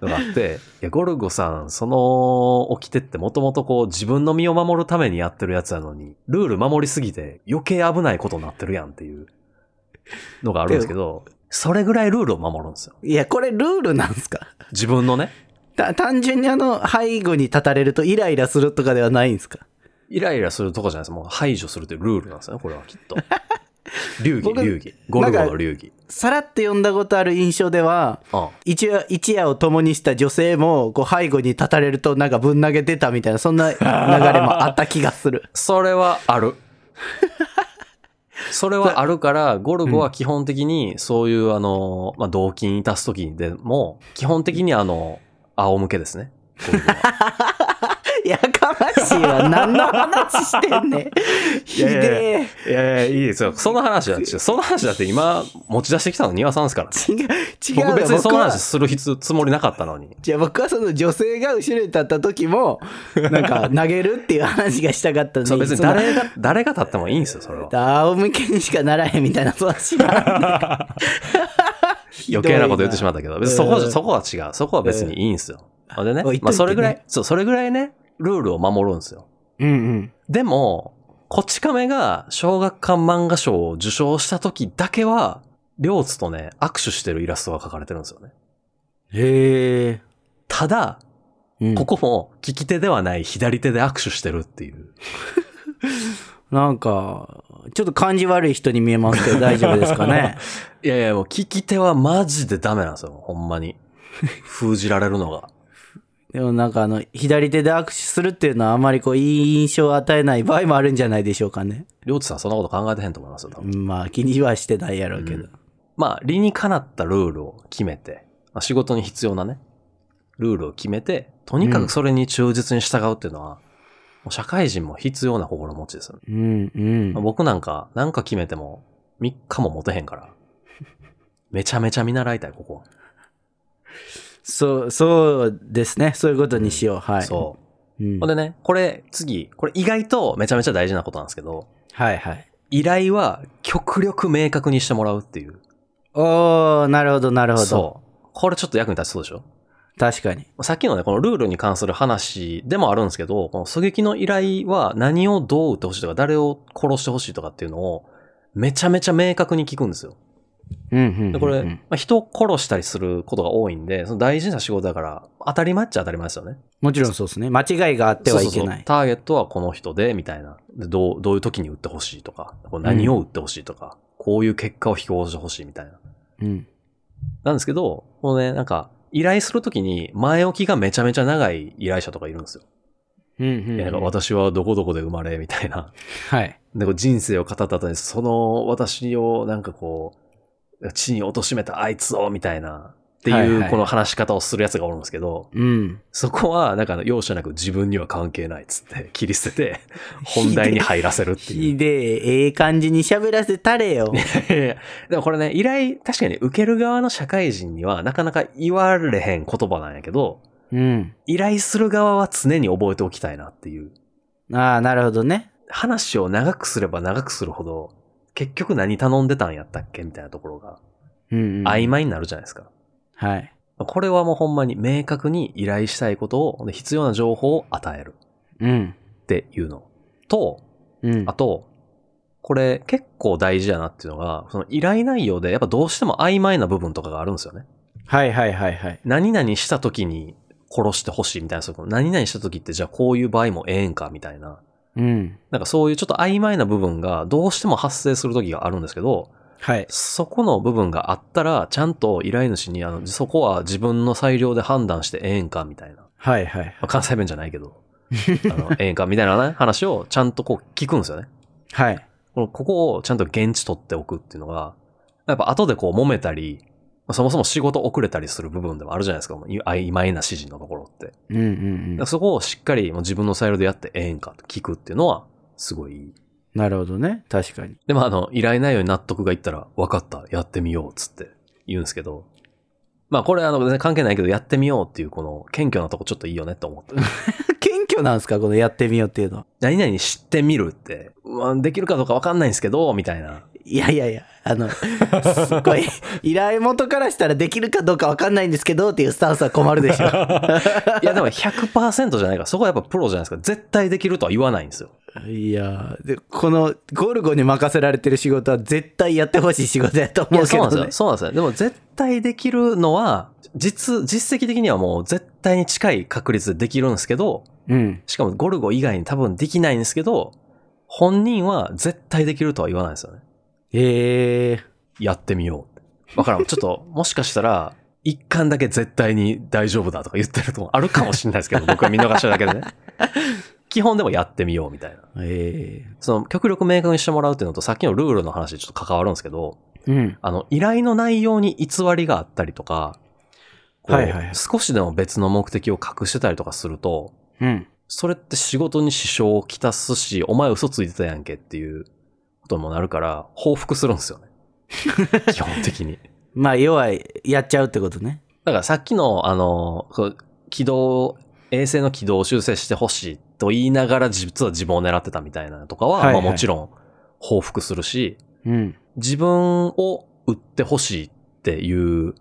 [SPEAKER 1] のがあって、いや、ゴルゴさん、その、起きてってもともとこう自分の身を守るためにやってるやつなのに、ルール守りすぎて余計危ないことになってるやんっていうのがあるんですけど、それぐらいルールを守るんですよ。
[SPEAKER 2] いや、これルールなんすか
[SPEAKER 1] 自分のね。
[SPEAKER 2] た単純にあの、背後に立たれるとイライラするとかではないんすか
[SPEAKER 1] イライラするとこじゃないです。もう排除するというルールなんですよね、これはきっと。 流儀、
[SPEAKER 2] 僕
[SPEAKER 1] 流儀。ゴルゴの流儀。
[SPEAKER 2] さらって読んだことある印象では、
[SPEAKER 1] うん。
[SPEAKER 2] 一夜一夜を共にした女性もこう背後に立たれるとなんかぶん投げてたみたいなそんな流れもあった気がする
[SPEAKER 1] それはあ る。それはあるから、ゴルゴは基本的にそういう、あの、まあ、同金いたすときでも、基本的にあの、仰向けですね。ゴルゴは
[SPEAKER 2] やかましいわ何の話してんねん ひ
[SPEAKER 1] いやいやい
[SPEAKER 2] でえ
[SPEAKER 1] いやいや、いいですよ。 その話だって、その話だって今持ち出してきたの庭さんですから。
[SPEAKER 2] 違う違う
[SPEAKER 1] 僕別にその
[SPEAKER 2] は
[SPEAKER 1] 話する必要つもりなかったのに。
[SPEAKER 2] じゃあ僕はその女性が後ろに立った 時もなんか投げるっていう話がしたかったのに
[SPEAKER 1] そう別に
[SPEAKER 2] その
[SPEAKER 1] 誰が、誰が立ってもいいんですよ、それは。
[SPEAKER 2] 仰向けにしかならへんみたいな話が
[SPEAKER 1] 余計なこと言ってしまったけど、別にそこじ
[SPEAKER 2] う
[SPEAKER 1] ゃ、
[SPEAKER 2] ん
[SPEAKER 1] そこは違う。そこは別にいいんすよ。ほんでね
[SPEAKER 2] 置いといてね、
[SPEAKER 1] まあそれぐらい、そう、それぐらいね、ルールを守るんですよ。
[SPEAKER 2] うんうん
[SPEAKER 1] でも、こち亀が小学館漫画賞を受賞した時だけは、両津とね、握手してるイラストが描かれてるんですよね。
[SPEAKER 2] へえ。
[SPEAKER 1] ただ、
[SPEAKER 2] うん
[SPEAKER 1] ここも利き手ではない左手で握手してるっていう。
[SPEAKER 2] なんか、ちょっと感じ悪い人に見えますけど大丈夫ですかね。
[SPEAKER 1] いやいや、もう利き手はマジでダメなんですよ、ほんまに。 封じられるのが。
[SPEAKER 2] でもなんかあの、左手で握手するっていうのはあまりこう、いい印象を与えない場合もあるんじゃないでしょうかね。
[SPEAKER 1] 両津さんそんなこと考えてへんと思いますよ、多分
[SPEAKER 2] うんまあ気にはしてないやろうけど。
[SPEAKER 1] うんまあ、理にかなったルールを決めて、まあ仕事に必要なね、ルールを決めて、とにかくそれに忠実に従うっていうのは、もう社会人も必要な心持ちですよね。
[SPEAKER 2] うん、うん
[SPEAKER 1] まあ。僕なんか、なんか決めても、3日も持てへんから、めちゃめちゃ見習いたい、ここは。
[SPEAKER 2] そう、そうですね。そういうことにしよう。はい。。
[SPEAKER 1] そうう。
[SPEAKER 2] ん
[SPEAKER 1] ほん、でね、これ、次、これ意外とめちゃめちゃ大事なことなんですけど、
[SPEAKER 2] はいはい。
[SPEAKER 1] 依頼は極力明確にしてもらうっていう。
[SPEAKER 2] おー、なるほど、なるほど。
[SPEAKER 1] そう。これちょっと役に立ちそうでしょ
[SPEAKER 2] 確かに。
[SPEAKER 1] さっきのね、このルールに関する話でもあるんですけど、この狙撃の依頼は何をどう撃ってほしいとか、誰を殺してほしいとかっていうのを、めちゃめちゃ明確に聞くんですよ。
[SPEAKER 2] うん、うんうんうん。
[SPEAKER 1] で、これ、まあ、人を殺したりすることが多いんで、その大事な仕事だから、当たり前っちゃ当たり前ですよね。
[SPEAKER 2] もちろんそうですね。間違いがあってはいけ
[SPEAKER 1] そうそう
[SPEAKER 2] な
[SPEAKER 1] そう
[SPEAKER 2] い。
[SPEAKER 1] ターゲットはこの人で、みたいな。でどう、どういう時に撃ってほしいとか、こう何を撃ってほしいとか、こういう結果を飛行してほしいみたいな。
[SPEAKER 2] うん。
[SPEAKER 1] なんですけど、このね、なんか、依頼するときに前置きがめちゃめちゃ長い依頼者とかいるんですよ。
[SPEAKER 2] うん、うんうん。
[SPEAKER 1] いやなんか私はどこどこで生まれみたいな。
[SPEAKER 2] はい。
[SPEAKER 1] でこう人生を語った後に、その私をなんかこう、地に貶としめたあいつをみたいな、って
[SPEAKER 2] はい
[SPEAKER 1] い
[SPEAKER 2] は
[SPEAKER 1] う
[SPEAKER 2] い
[SPEAKER 1] この話し方をするやつがおるんですけど、
[SPEAKER 2] うん。
[SPEAKER 1] そこはなんかあの容赦なく自分には関係ないっつって切り捨て て、本題に入らせるっていう。
[SPEAKER 2] ひでえ、ええ感じに喋らせたれよ。
[SPEAKER 1] いやいや でもこれね、依頼、確かに受ける側の社会人にはなかなか言われへん言葉なんやけど、
[SPEAKER 2] うん。
[SPEAKER 1] 依頼する側は常に覚えておきたいなっていう。
[SPEAKER 2] ああ、なるほどね。
[SPEAKER 1] 話を長くすれば長くするほど、結局何頼んでたんやったっけみたいなところが
[SPEAKER 2] うん、うん。
[SPEAKER 1] 曖昧になるじゃないですか。
[SPEAKER 2] はい。
[SPEAKER 1] これはもうほんまに明確に依頼したいことを、で必要な情報を与える
[SPEAKER 2] うん。
[SPEAKER 1] っていうの。と、
[SPEAKER 2] うん
[SPEAKER 1] あ。と、これ結構大事やなっていうのが、その依頼内容でやっぱどうしても曖昧な部分とかがあるんですよね。
[SPEAKER 2] はいはいはいはい。
[SPEAKER 1] 何々した時に殺してほしいみたいな、その何々した時ってじゃあこういう場合もええんかみたいな。
[SPEAKER 2] うん。
[SPEAKER 1] なんかそういうちょっと曖昧な部分がどうしても発生する時があるんですけど、
[SPEAKER 2] はい。
[SPEAKER 1] そこの部分があったら、ちゃんと依頼主に、あの、そこは自分の裁量で判断してええんかみたいな。ま
[SPEAKER 2] はいはい。
[SPEAKER 1] あ関西弁じゃないけ ど、あの、ええんかみたいなね、話をちゃんとこう聞くんですよね。
[SPEAKER 2] はい。
[SPEAKER 1] この、ここをちゃんと現地取っておくっていうのが、やっぱ後でこう揉めたり、まあそもそも仕事遅れたりする部分でもあるじゃないですか、もう曖昧な指示のところって。
[SPEAKER 2] うんうんう
[SPEAKER 1] だから
[SPEAKER 2] ん。
[SPEAKER 1] そこをしっかりもう自分の裁量でやってええんかと聞くっていうのは、すごいいい。
[SPEAKER 2] なるほどね。確かに。
[SPEAKER 1] で、まあ、あの、依頼内容に納得がいったら、分かった、やってみよう、つって言うんですけど、まあ、これ、あの、全然関係ないけど、やってみようっていう、この、謙虚なとこちょっといいよねって思って。
[SPEAKER 2] 謙虚なんですかこのやってみようっていうの。
[SPEAKER 1] 何々知ってみるって、まあ、できるかどうか分かんないんですけど、みたいな。
[SPEAKER 2] いやいやいや、あの、すご い、依頼元からしたらできるかどうかわかんないんですけどっていうスタンスは困るでしょ。
[SPEAKER 1] いや、でも100%じゃないから、そこはやっぱプロじゃないですか。絶対できるとは言わないんですよ。
[SPEAKER 2] いやで、このゴルゴに任せられてる仕事は絶対やってほしい仕事やと
[SPEAKER 1] い
[SPEAKER 2] 思う
[SPEAKER 1] や、
[SPEAKER 2] け
[SPEAKER 1] そう
[SPEAKER 2] ど
[SPEAKER 1] なんです
[SPEAKER 2] ね
[SPEAKER 1] よ。。そうなんですよ。でも、絶対できるのは、実、実績的にはもう、絶対に近い確率でできるんですけど、
[SPEAKER 2] うん。
[SPEAKER 1] しかもゴルゴ以外に多分できないんですけど、本人は絶対できるとは言わないんですよね。
[SPEAKER 2] ええ
[SPEAKER 1] やってみようって。わからん。ちょっと、もしかしたら、一巻だけ絶対に大丈夫だとか言ってるともあるかもしれないです けど、僕は見逃しただけでね。基本でもやってみようみたいな。
[SPEAKER 2] え
[SPEAKER 1] その、極力明確にしてもらうっていうのと、さっきのルールの話にちょっと関わるんですけど、
[SPEAKER 2] えうん。
[SPEAKER 1] あの、依頼の内容に偽りがあったりとか、こう
[SPEAKER 2] はいはいはい
[SPEAKER 1] 少しでも別の目的を隠してたりとかすると、
[SPEAKER 2] うん。
[SPEAKER 1] それって仕事に支障をきたすし、お前嘘ついてたやんけっていうことにもなるから、報復するんですよね。基本的に。
[SPEAKER 2] まあ、要は、やっちゃうってことね。
[SPEAKER 1] だからさっきの、あの、こう軌道、衛星の軌道を修正してほしいと言いながら、実は自分を狙ってたみたいなのとかは、
[SPEAKER 2] はいはい
[SPEAKER 1] まあもちろん報復するし、
[SPEAKER 2] うん。
[SPEAKER 1] 自分を売ってほしいっていう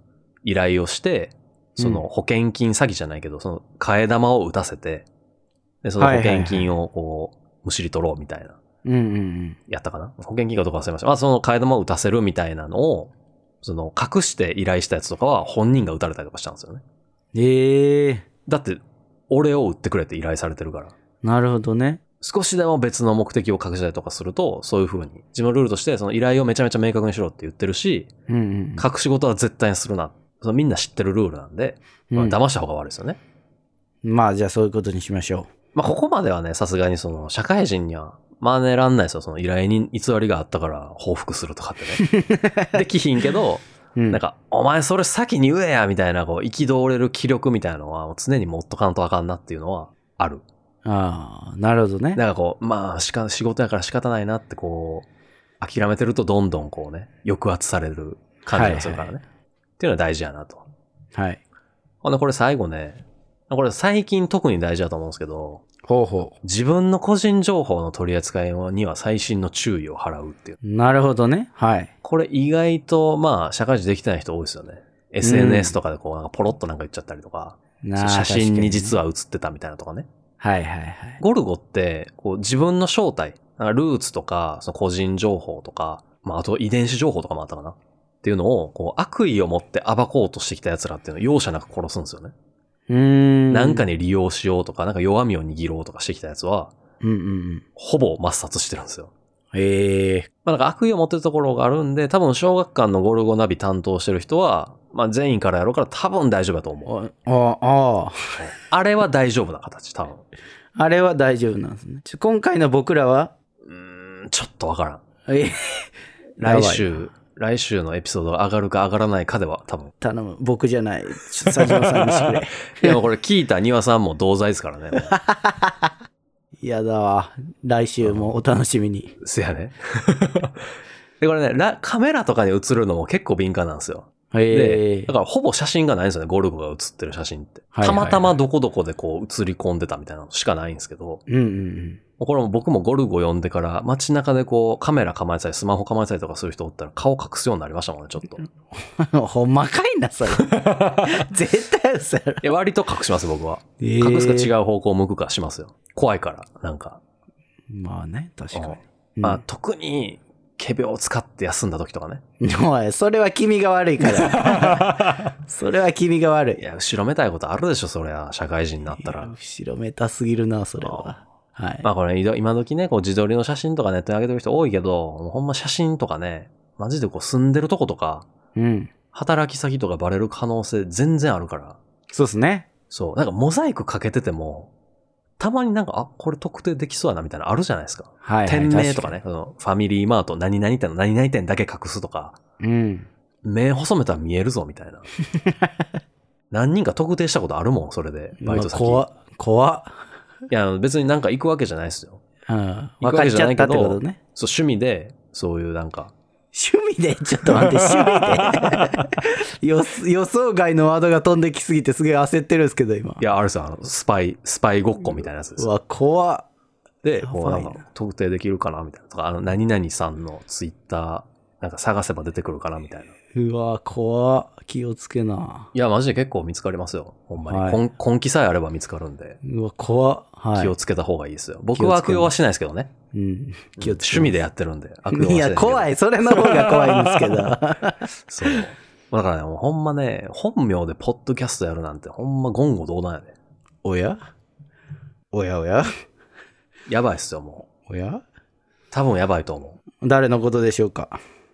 [SPEAKER 1] 依頼をして、その
[SPEAKER 2] うん
[SPEAKER 1] 保険金詐欺じゃないけど、その替え玉を打たせて、で、その
[SPEAKER 2] はい
[SPEAKER 1] 保
[SPEAKER 2] はいはい
[SPEAKER 1] 険金をこう、むしり取ろうみたいな。
[SPEAKER 2] うんうんうん。
[SPEAKER 1] やったかな保険金額とか忘れました。まあ、その替え玉を打たせるみたいなのを、その、隠して依頼したやつとかは本人が打たれたりとかしたんですよね。
[SPEAKER 2] ええ
[SPEAKER 1] だって、俺を打ってくれって依頼されてるから。
[SPEAKER 2] なるほどね。
[SPEAKER 1] 少しでも別の目的を隠したりとかすると、そういう風に、自分のルールとして、その依頼をめちゃめちゃ明確にしろって言ってるし、
[SPEAKER 2] うんうん
[SPEAKER 1] 隠し事は絶対にするな。そのみんな知ってるルールなんで、
[SPEAKER 2] うん。
[SPEAKER 1] まあ
[SPEAKER 2] うん
[SPEAKER 1] 騙した方が悪いですよね。
[SPEAKER 2] まあじゃあそういうことにしましょ
[SPEAKER 1] まあ、ここまではね、さすがにその、社会人には真似らんないですよ。その依頼人偽りがあったから報復するとかって ね。できひんけど、
[SPEAKER 2] う。うん、
[SPEAKER 1] なんか、お前それ先に言えやみたいな、こう、憤れる気力みたいなのは、もう常に持っとかんとあかんなっていうのはある。
[SPEAKER 2] ああ、なるほどね。
[SPEAKER 1] なんかこう、まあ、しか、仕事やから仕方ないなってこう、諦めてるとどんどんこうね、抑圧される感じがするからね。
[SPEAKER 2] はい
[SPEAKER 1] っていうのは大事やなと。
[SPEAKER 2] はい。
[SPEAKER 1] ほんで、これ最後ね、これ最近特に大事だと思うんですけど、
[SPEAKER 2] ほうほ
[SPEAKER 1] 自分の個人情報の取り扱いには細心の注意を払うっていう。
[SPEAKER 2] う。なるほどね。はい。
[SPEAKER 1] これ意外と、まあ、社会人できてない人多いですよね。SNS とかでこう、なんかポロッとなんか言っちゃったりとか、
[SPEAKER 2] な
[SPEAKER 1] そう
[SPEAKER 2] あ
[SPEAKER 1] 写真に実
[SPEAKER 2] は。
[SPEAKER 1] は写ってたみたいなとかね。
[SPEAKER 2] はいはいはい。
[SPEAKER 1] ゴルゴって、こう自分の正体、なんかルーツとか、その個人情報とか、まああと遺伝子情報とかもあったかな。っていうのを、こう悪意を持って暴こうとしてきた奴らっていうのを容赦なく殺すんですよね。
[SPEAKER 2] うーん。
[SPEAKER 1] なんか
[SPEAKER 2] ね。
[SPEAKER 1] に利用しようとか、なんか弱みを握ろうとかしてきた奴は、
[SPEAKER 2] うんうんうん。
[SPEAKER 1] ほぼ抹殺してるんですよ。
[SPEAKER 2] ええ
[SPEAKER 1] まあなんか悪意を持ってるところがあるんで、多分小学館のゴルゴナビ担当してる人は、まあ全員からやろうから多分大丈夫だと思う。
[SPEAKER 2] ー。ああ、あ
[SPEAKER 1] あれは大丈夫な形、多分。
[SPEAKER 2] あ。あれは大丈夫なんですね。ちょ今回の僕らは、
[SPEAKER 1] うーん、ちょっとわからん。
[SPEAKER 2] えー
[SPEAKER 1] 来。
[SPEAKER 2] やばいな
[SPEAKER 1] 週、来週のエピソードが上がるか上がらないかでは、多分。
[SPEAKER 2] 頼む。僕じゃない。ちょっと佐島さんにしてくれ。
[SPEAKER 1] でもこれ聞いた庭さんも同罪ですからね。も う
[SPEAKER 2] やだわ。来週もお楽しみに。
[SPEAKER 1] せやね。 で、これねラ、カメラとかに映るのも結構敏感なんですよ。
[SPEAKER 2] え
[SPEAKER 1] で、
[SPEAKER 2] え
[SPEAKER 1] だからほぼ写真がないんですよね、ゴルゴが写ってる写真って。
[SPEAKER 2] はい
[SPEAKER 1] た
[SPEAKER 2] はいはい
[SPEAKER 1] またまどこどこでこう映り込んでたみたいなのしかないんですけど、
[SPEAKER 2] うんうん
[SPEAKER 1] これも僕もゴルゴ読んでから街中でこうカメラ構えてたり、スマホ構えてたりとかする人おったら顔隠すようになりましたもんね、ちょっ と。い
[SPEAKER 2] うん。ほんまかい な、それ。絶対嘘やろ。
[SPEAKER 1] や、割と隠します、僕は。
[SPEAKER 2] え
[SPEAKER 1] 隠すか違
[SPEAKER 2] う。
[SPEAKER 1] う方向を向くかしますよ。怖いから、なんか。
[SPEAKER 2] まあね、確かに。うん
[SPEAKER 1] まあ、特に、仮病を使って休んだ時とかね。
[SPEAKER 2] おい、それは君が悪いから。 それは君が悪
[SPEAKER 1] い
[SPEAKER 2] い。
[SPEAKER 1] や、後ろめたいことあるでしょ、そりゃ。社会人になったら。
[SPEAKER 2] 後ろめたすぎるな、それは。はい。
[SPEAKER 1] まあこれ、今時ね、こう自撮りの写真とかネットに上げてる人多いけど、もうほんま写真とかね、マジでこう住んでるとことか、
[SPEAKER 2] うん。
[SPEAKER 1] 働き先とかバレる可能性全然あるから。
[SPEAKER 2] そうですね。
[SPEAKER 1] そう。なんかモザイクかけてても、たまになんか、あ、これ特定できそうやなみたいなのあるじゃないですか。
[SPEAKER 2] はい、はい。
[SPEAKER 1] 店名とか
[SPEAKER 2] ね。
[SPEAKER 1] ね、そのファミリーマート何々店の何々店だけ隠すとか。
[SPEAKER 2] うん。
[SPEAKER 1] 目細めたら見えるぞ、みた いな。何人か特定したことあるもん、それで。バイト先。
[SPEAKER 2] うわ怖っ。
[SPEAKER 1] いや、別になんか行くわけじゃないですよ。
[SPEAKER 2] 怖っ。うん。
[SPEAKER 1] 行く
[SPEAKER 2] 分
[SPEAKER 1] わ
[SPEAKER 2] か
[SPEAKER 1] け
[SPEAKER 2] っ
[SPEAKER 1] じ
[SPEAKER 2] ち
[SPEAKER 1] ゃ
[SPEAKER 2] ゃ
[SPEAKER 1] な
[SPEAKER 2] っ
[SPEAKER 1] い
[SPEAKER 2] た
[SPEAKER 1] け
[SPEAKER 2] って
[SPEAKER 1] ど
[SPEAKER 2] ことね。
[SPEAKER 1] そう、趣味で、そういうなんか、
[SPEAKER 2] 趣味で、ちょっ と待って、趣味で。予予想外のワードが飛んできすぎて、すげえ焦ってるんですけど、今
[SPEAKER 1] い。や、あれさ、あの、スパイ、スパイごっこみたいなやつです
[SPEAKER 2] う
[SPEAKER 1] よ。
[SPEAKER 2] わ、怖っ。
[SPEAKER 1] で、
[SPEAKER 2] やばい
[SPEAKER 1] こうなんか、特定できるかなみたいな。とか、あの、何々さんのツイッター、なんか探せば出てくるかなみたいな。いう
[SPEAKER 2] わ、怖っ。気をつけな。
[SPEAKER 1] や、マジで結構見つかりますよ。ほんまに。
[SPEAKER 2] はい
[SPEAKER 1] 根根気さえあれば見つかるんで、
[SPEAKER 2] うわ、怖っ。はい。
[SPEAKER 1] 気をつけた方がいいですよ。僕は悪用はしないですけどね。
[SPEAKER 2] うん。気をつけ
[SPEAKER 1] 趣味でやってるんで、悪用はしない
[SPEAKER 2] いや、怖
[SPEAKER 1] い。
[SPEAKER 2] い。それの方が怖いんです けど。
[SPEAKER 1] そう。だからね、もうほんまね、本名でポッドキャストやるなんて、ほんま言語道断やで。
[SPEAKER 2] おやおやおや
[SPEAKER 1] やばいっすよ、もう。
[SPEAKER 2] おや
[SPEAKER 1] 多分やばいと思う。
[SPEAKER 2] 誰のことでしょうか。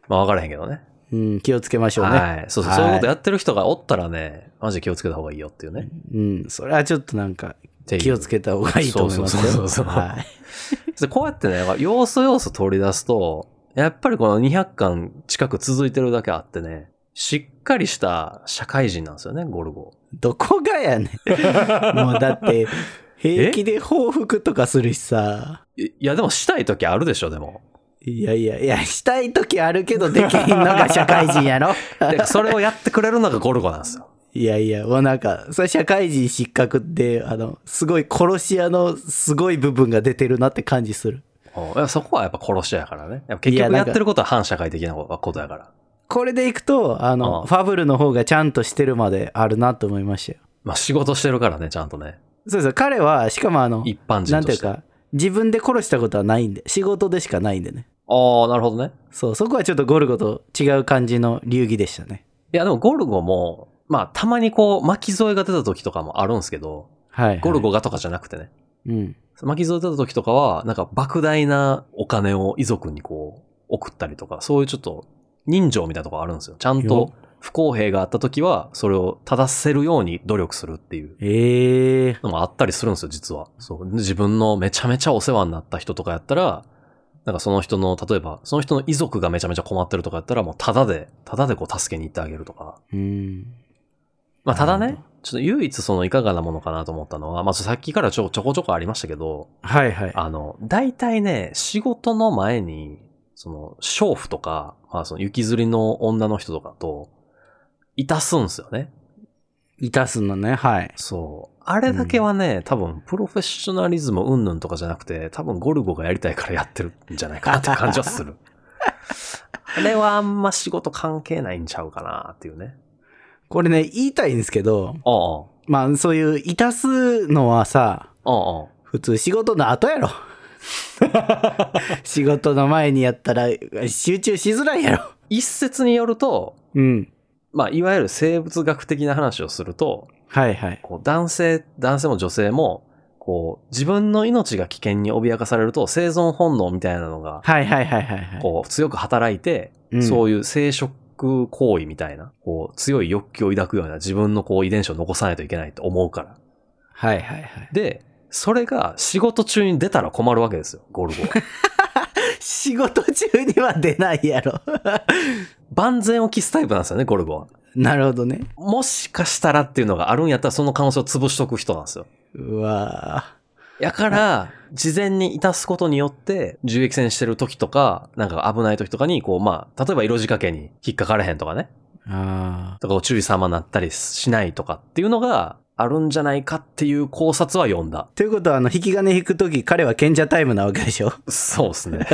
[SPEAKER 1] まあ分からへんけどね。
[SPEAKER 2] うん、気をつけましょうね。
[SPEAKER 1] はい。そうそう、
[SPEAKER 2] はい
[SPEAKER 1] そういうことやってる人がおったらね、マジで気をつけた方がいいよっていうね。
[SPEAKER 2] うん、それはちょっとなんか、
[SPEAKER 1] ていう
[SPEAKER 2] 気をつけた方がいいと思いますよ。
[SPEAKER 1] そうそうそうそう
[SPEAKER 2] はい。
[SPEAKER 1] でこうやってね、なんか要素要素取り出すと、やっぱりこの200巻近く続いてるだけあってね、しっかりした社会人なんですよね、ゴルゴ。
[SPEAKER 2] どこがやね ん。もうだって、平気で報復とかするしさ。
[SPEAKER 1] いいや、でもしたい時あるでしょ、でも。
[SPEAKER 2] いやいやいや、したい時あるけどできひんのが社会人やろ。
[SPEAKER 1] で、それをやってくれるのがゴルゴなんですよ。
[SPEAKER 2] いやいや、もうなんか、それ社会人失格って、あの、すごい殺し屋のすごい部分が出てるなって感じする。
[SPEAKER 1] うんやっぱそこはやっぱ殺し屋やからね。やっぱ結
[SPEAKER 2] いや
[SPEAKER 1] 局
[SPEAKER 2] な
[SPEAKER 1] や
[SPEAKER 2] ん
[SPEAKER 1] っ
[SPEAKER 2] か
[SPEAKER 1] てることは反社会的なことやから。
[SPEAKER 2] これでいくと、あの、
[SPEAKER 1] うん
[SPEAKER 2] ファブルの方がちゃんとしてるまであるなと思いましたよ。
[SPEAKER 1] まあ仕事してるからね、ちゃんとね。
[SPEAKER 2] そうですよ彼は、しかもあの、
[SPEAKER 1] 一般
[SPEAKER 2] な
[SPEAKER 1] 人
[SPEAKER 2] んて
[SPEAKER 1] と
[SPEAKER 2] いう
[SPEAKER 1] して。
[SPEAKER 2] か、自分で殺したことはないんで、仕事でしかないんでね。
[SPEAKER 1] ああ、なるほどね。
[SPEAKER 2] そう、そこはちょっとゴルゴと違う感じの流儀でしたね。
[SPEAKER 1] いや、でもゴルゴも、まあ、たまにこう、巻き添えが出た時とかもあるんですけど、
[SPEAKER 2] はい、はい。
[SPEAKER 1] ゴルゴがとかじゃなくてね。
[SPEAKER 2] うん。
[SPEAKER 1] 巻き添え出た時とかは、なんか莫大なお金を遺族にこう、送ったりとか、そういうちょっと人情みたいなとこあるんですよ。ちゃんと不公平があった時は、それを正せるように努力するっていう
[SPEAKER 2] ええー。
[SPEAKER 1] のもあったりするんですよ、実は。そう。自分のめちゃめちゃお世話になった人とかやったら、なんかその人の、例えば、その人の遺族がめちゃめちゃ困ってるとかやったら、もうタダで、タダでこう助けに行ってあげるとか。
[SPEAKER 2] うん。
[SPEAKER 1] まあ、ただ
[SPEAKER 2] なる
[SPEAKER 1] ね
[SPEAKER 2] ほど、
[SPEAKER 1] ちょっと唯一そのいかがなものかなと思ったのは、まあ、ちょさっきからちょちょこちょこありましたけど、
[SPEAKER 2] はいはい。
[SPEAKER 1] あの、大体ね、仕事の前に、その、娼婦とか、まあ、その、雪吊りの女の人とかと、いたすんすよね。
[SPEAKER 2] いたすのね、はい。
[SPEAKER 1] そう。あれだけはね、多分、プロフェッショナリズム云々とかじゃなくて、多分、ゴルゴがやりたいからやってるんじゃないかなって感じはす る。あれはあんま仕事関係ないんちゃうかなっていうね。
[SPEAKER 2] これね、言いたいんですけど、
[SPEAKER 1] ああ、
[SPEAKER 2] まあそういう、いたすのはさ、
[SPEAKER 1] ああ、あ
[SPEAKER 2] 普通仕事の後や ろ。仕事の前にやったら集中しづらいやろ。
[SPEAKER 1] 一説によると、
[SPEAKER 2] うん。
[SPEAKER 1] まあ、いわゆる生物学的な話をすると、
[SPEAKER 2] はいはい。
[SPEAKER 1] こう男性、男性も女性も、こう、自分の命が危険に脅かされると、生存本能みたいなのが、
[SPEAKER 2] はいはいはいはいはい。
[SPEAKER 1] こう、強く働いて、
[SPEAKER 2] うん
[SPEAKER 1] そういう生殖行為みたいな、こう、強い欲求を抱くような自分のこう、遺伝子を残さないといけないと思うから。
[SPEAKER 2] はいはいはい。
[SPEAKER 1] で、それが仕事中に出たら困るわけですよ、ゴルゴは。
[SPEAKER 2] 仕事中には出ないやろ。
[SPEAKER 1] 万全を期すタイプなんですよね、ゴルゴは。
[SPEAKER 2] なるほどね。
[SPEAKER 1] もしかしたらっていうのがあるんやったら、その可能性を潰しとく人なんですよ。
[SPEAKER 2] うわ
[SPEAKER 1] やから、事前にいたすことによって、銃撃戦してる時とか、なんか危ない時とかに、こう、まあ、例えば色仕掛けに引っかかれへんとかね、
[SPEAKER 2] ーあ
[SPEAKER 1] とかを注意様になったりしないとかっていうのがあるんじゃないかっていう考察は読んだ。
[SPEAKER 2] ー。ということは、あの、引き金引くとき、彼は賢者タイムなわけでしょ
[SPEAKER 1] そうです ね。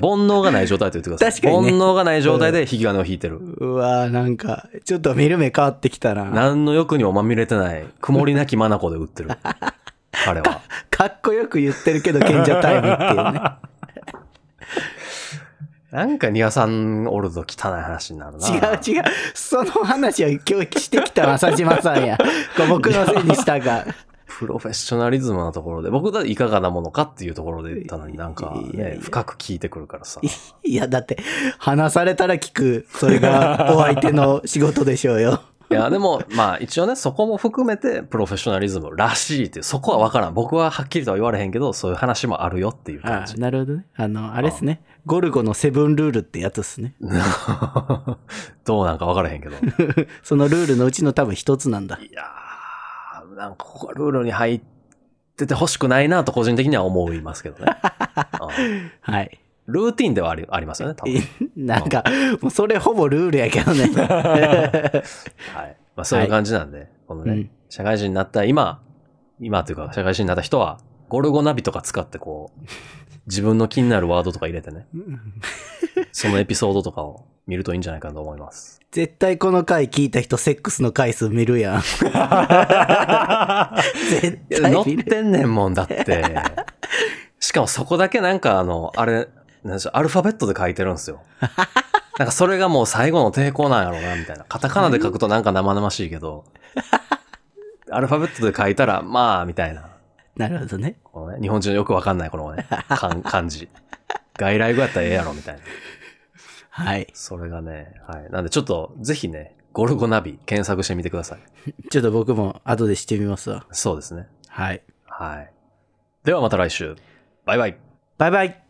[SPEAKER 1] 煩悩がない状態と言ってください。
[SPEAKER 2] 確かにね
[SPEAKER 1] 煩悩がない状態で引き金を引いてる。
[SPEAKER 2] うわーなんか、ちょっと見る目変わってきたな。
[SPEAKER 1] 何の欲にもまみれてない、曇りなき眼で売ってる。彼は。
[SPEAKER 2] かっこよく言ってるけど、賢者タイムっていうね。
[SPEAKER 1] なんかニアさんおると汚い話になるな。
[SPEAKER 2] 違う違う。その話を今日してきた浅島さんや。こう僕のせいにした が。
[SPEAKER 1] プロフェッショナリズムなところで、僕だっていかがなものかっていうところで言ったのになんか、
[SPEAKER 2] いやい
[SPEAKER 1] ね、
[SPEAKER 2] や
[SPEAKER 1] 深く聞いてくるからさ。
[SPEAKER 2] いや、だって、話されたら聞く。それがお相手の仕事でしょうよ。
[SPEAKER 1] いや、でも、まあ一応ね、そこも含めてプロフェッショナリズムらしいっていう、そこはわからん。僕ははっきりとは言われへんけど、そういう話もあるよっていう感
[SPEAKER 2] あ
[SPEAKER 1] じ
[SPEAKER 2] あ。なるほどね。あの、あれですね。ゴルゴのセブンルールってやつですね。
[SPEAKER 1] どうなんかわからへんけど。い
[SPEAKER 2] そのルールのうちの多分一つなんだ。
[SPEAKER 1] やー、なんかここはルールに入ってて欲しくないなと個人的には思いますけどね。うん
[SPEAKER 2] はい。
[SPEAKER 1] ルーティンではありありますよね、多分。
[SPEAKER 2] なんか、もうそれほぼルールやけ どね。
[SPEAKER 1] はい。まあそういう感じなんで、このね、
[SPEAKER 2] うん
[SPEAKER 1] 社会人になった今、今というか社会人になった人は、ゴルゴナビとか使ってこう、自分の気になるワードとか入れてね、そのエピソードとかを見るといいんじゃないかなと思い ます。
[SPEAKER 2] 絶対この回聞いた人、セックスの回数見るやん。 絶
[SPEAKER 1] いや
[SPEAKER 2] 対
[SPEAKER 1] 乗っ
[SPEAKER 2] 見る。
[SPEAKER 1] てんねんもんだって。しかもそこだけなんかあの、あれ、なんでしょう、アルファベットで書いてるんですよ。なんかそれがもう最後の抵抗なんやろうな、みたいな。カタカナで書くとなんか生々しいけど、アルファベットで書いたら、まあ、みたいな。
[SPEAKER 2] なるほどね。
[SPEAKER 1] このね、日本人のよくわかんないこのね、漢漢字。外来語やったらええやろみたいな。
[SPEAKER 2] はい。
[SPEAKER 1] それがね、はい。なんでちょっと、ぜひね、ゴルゴナビ検索してみてください。
[SPEAKER 2] ちょっと僕も後でしてみますわ。
[SPEAKER 1] そうですね。
[SPEAKER 2] はい。
[SPEAKER 1] はい。ではまた来週。バイバイ。
[SPEAKER 2] バイバイ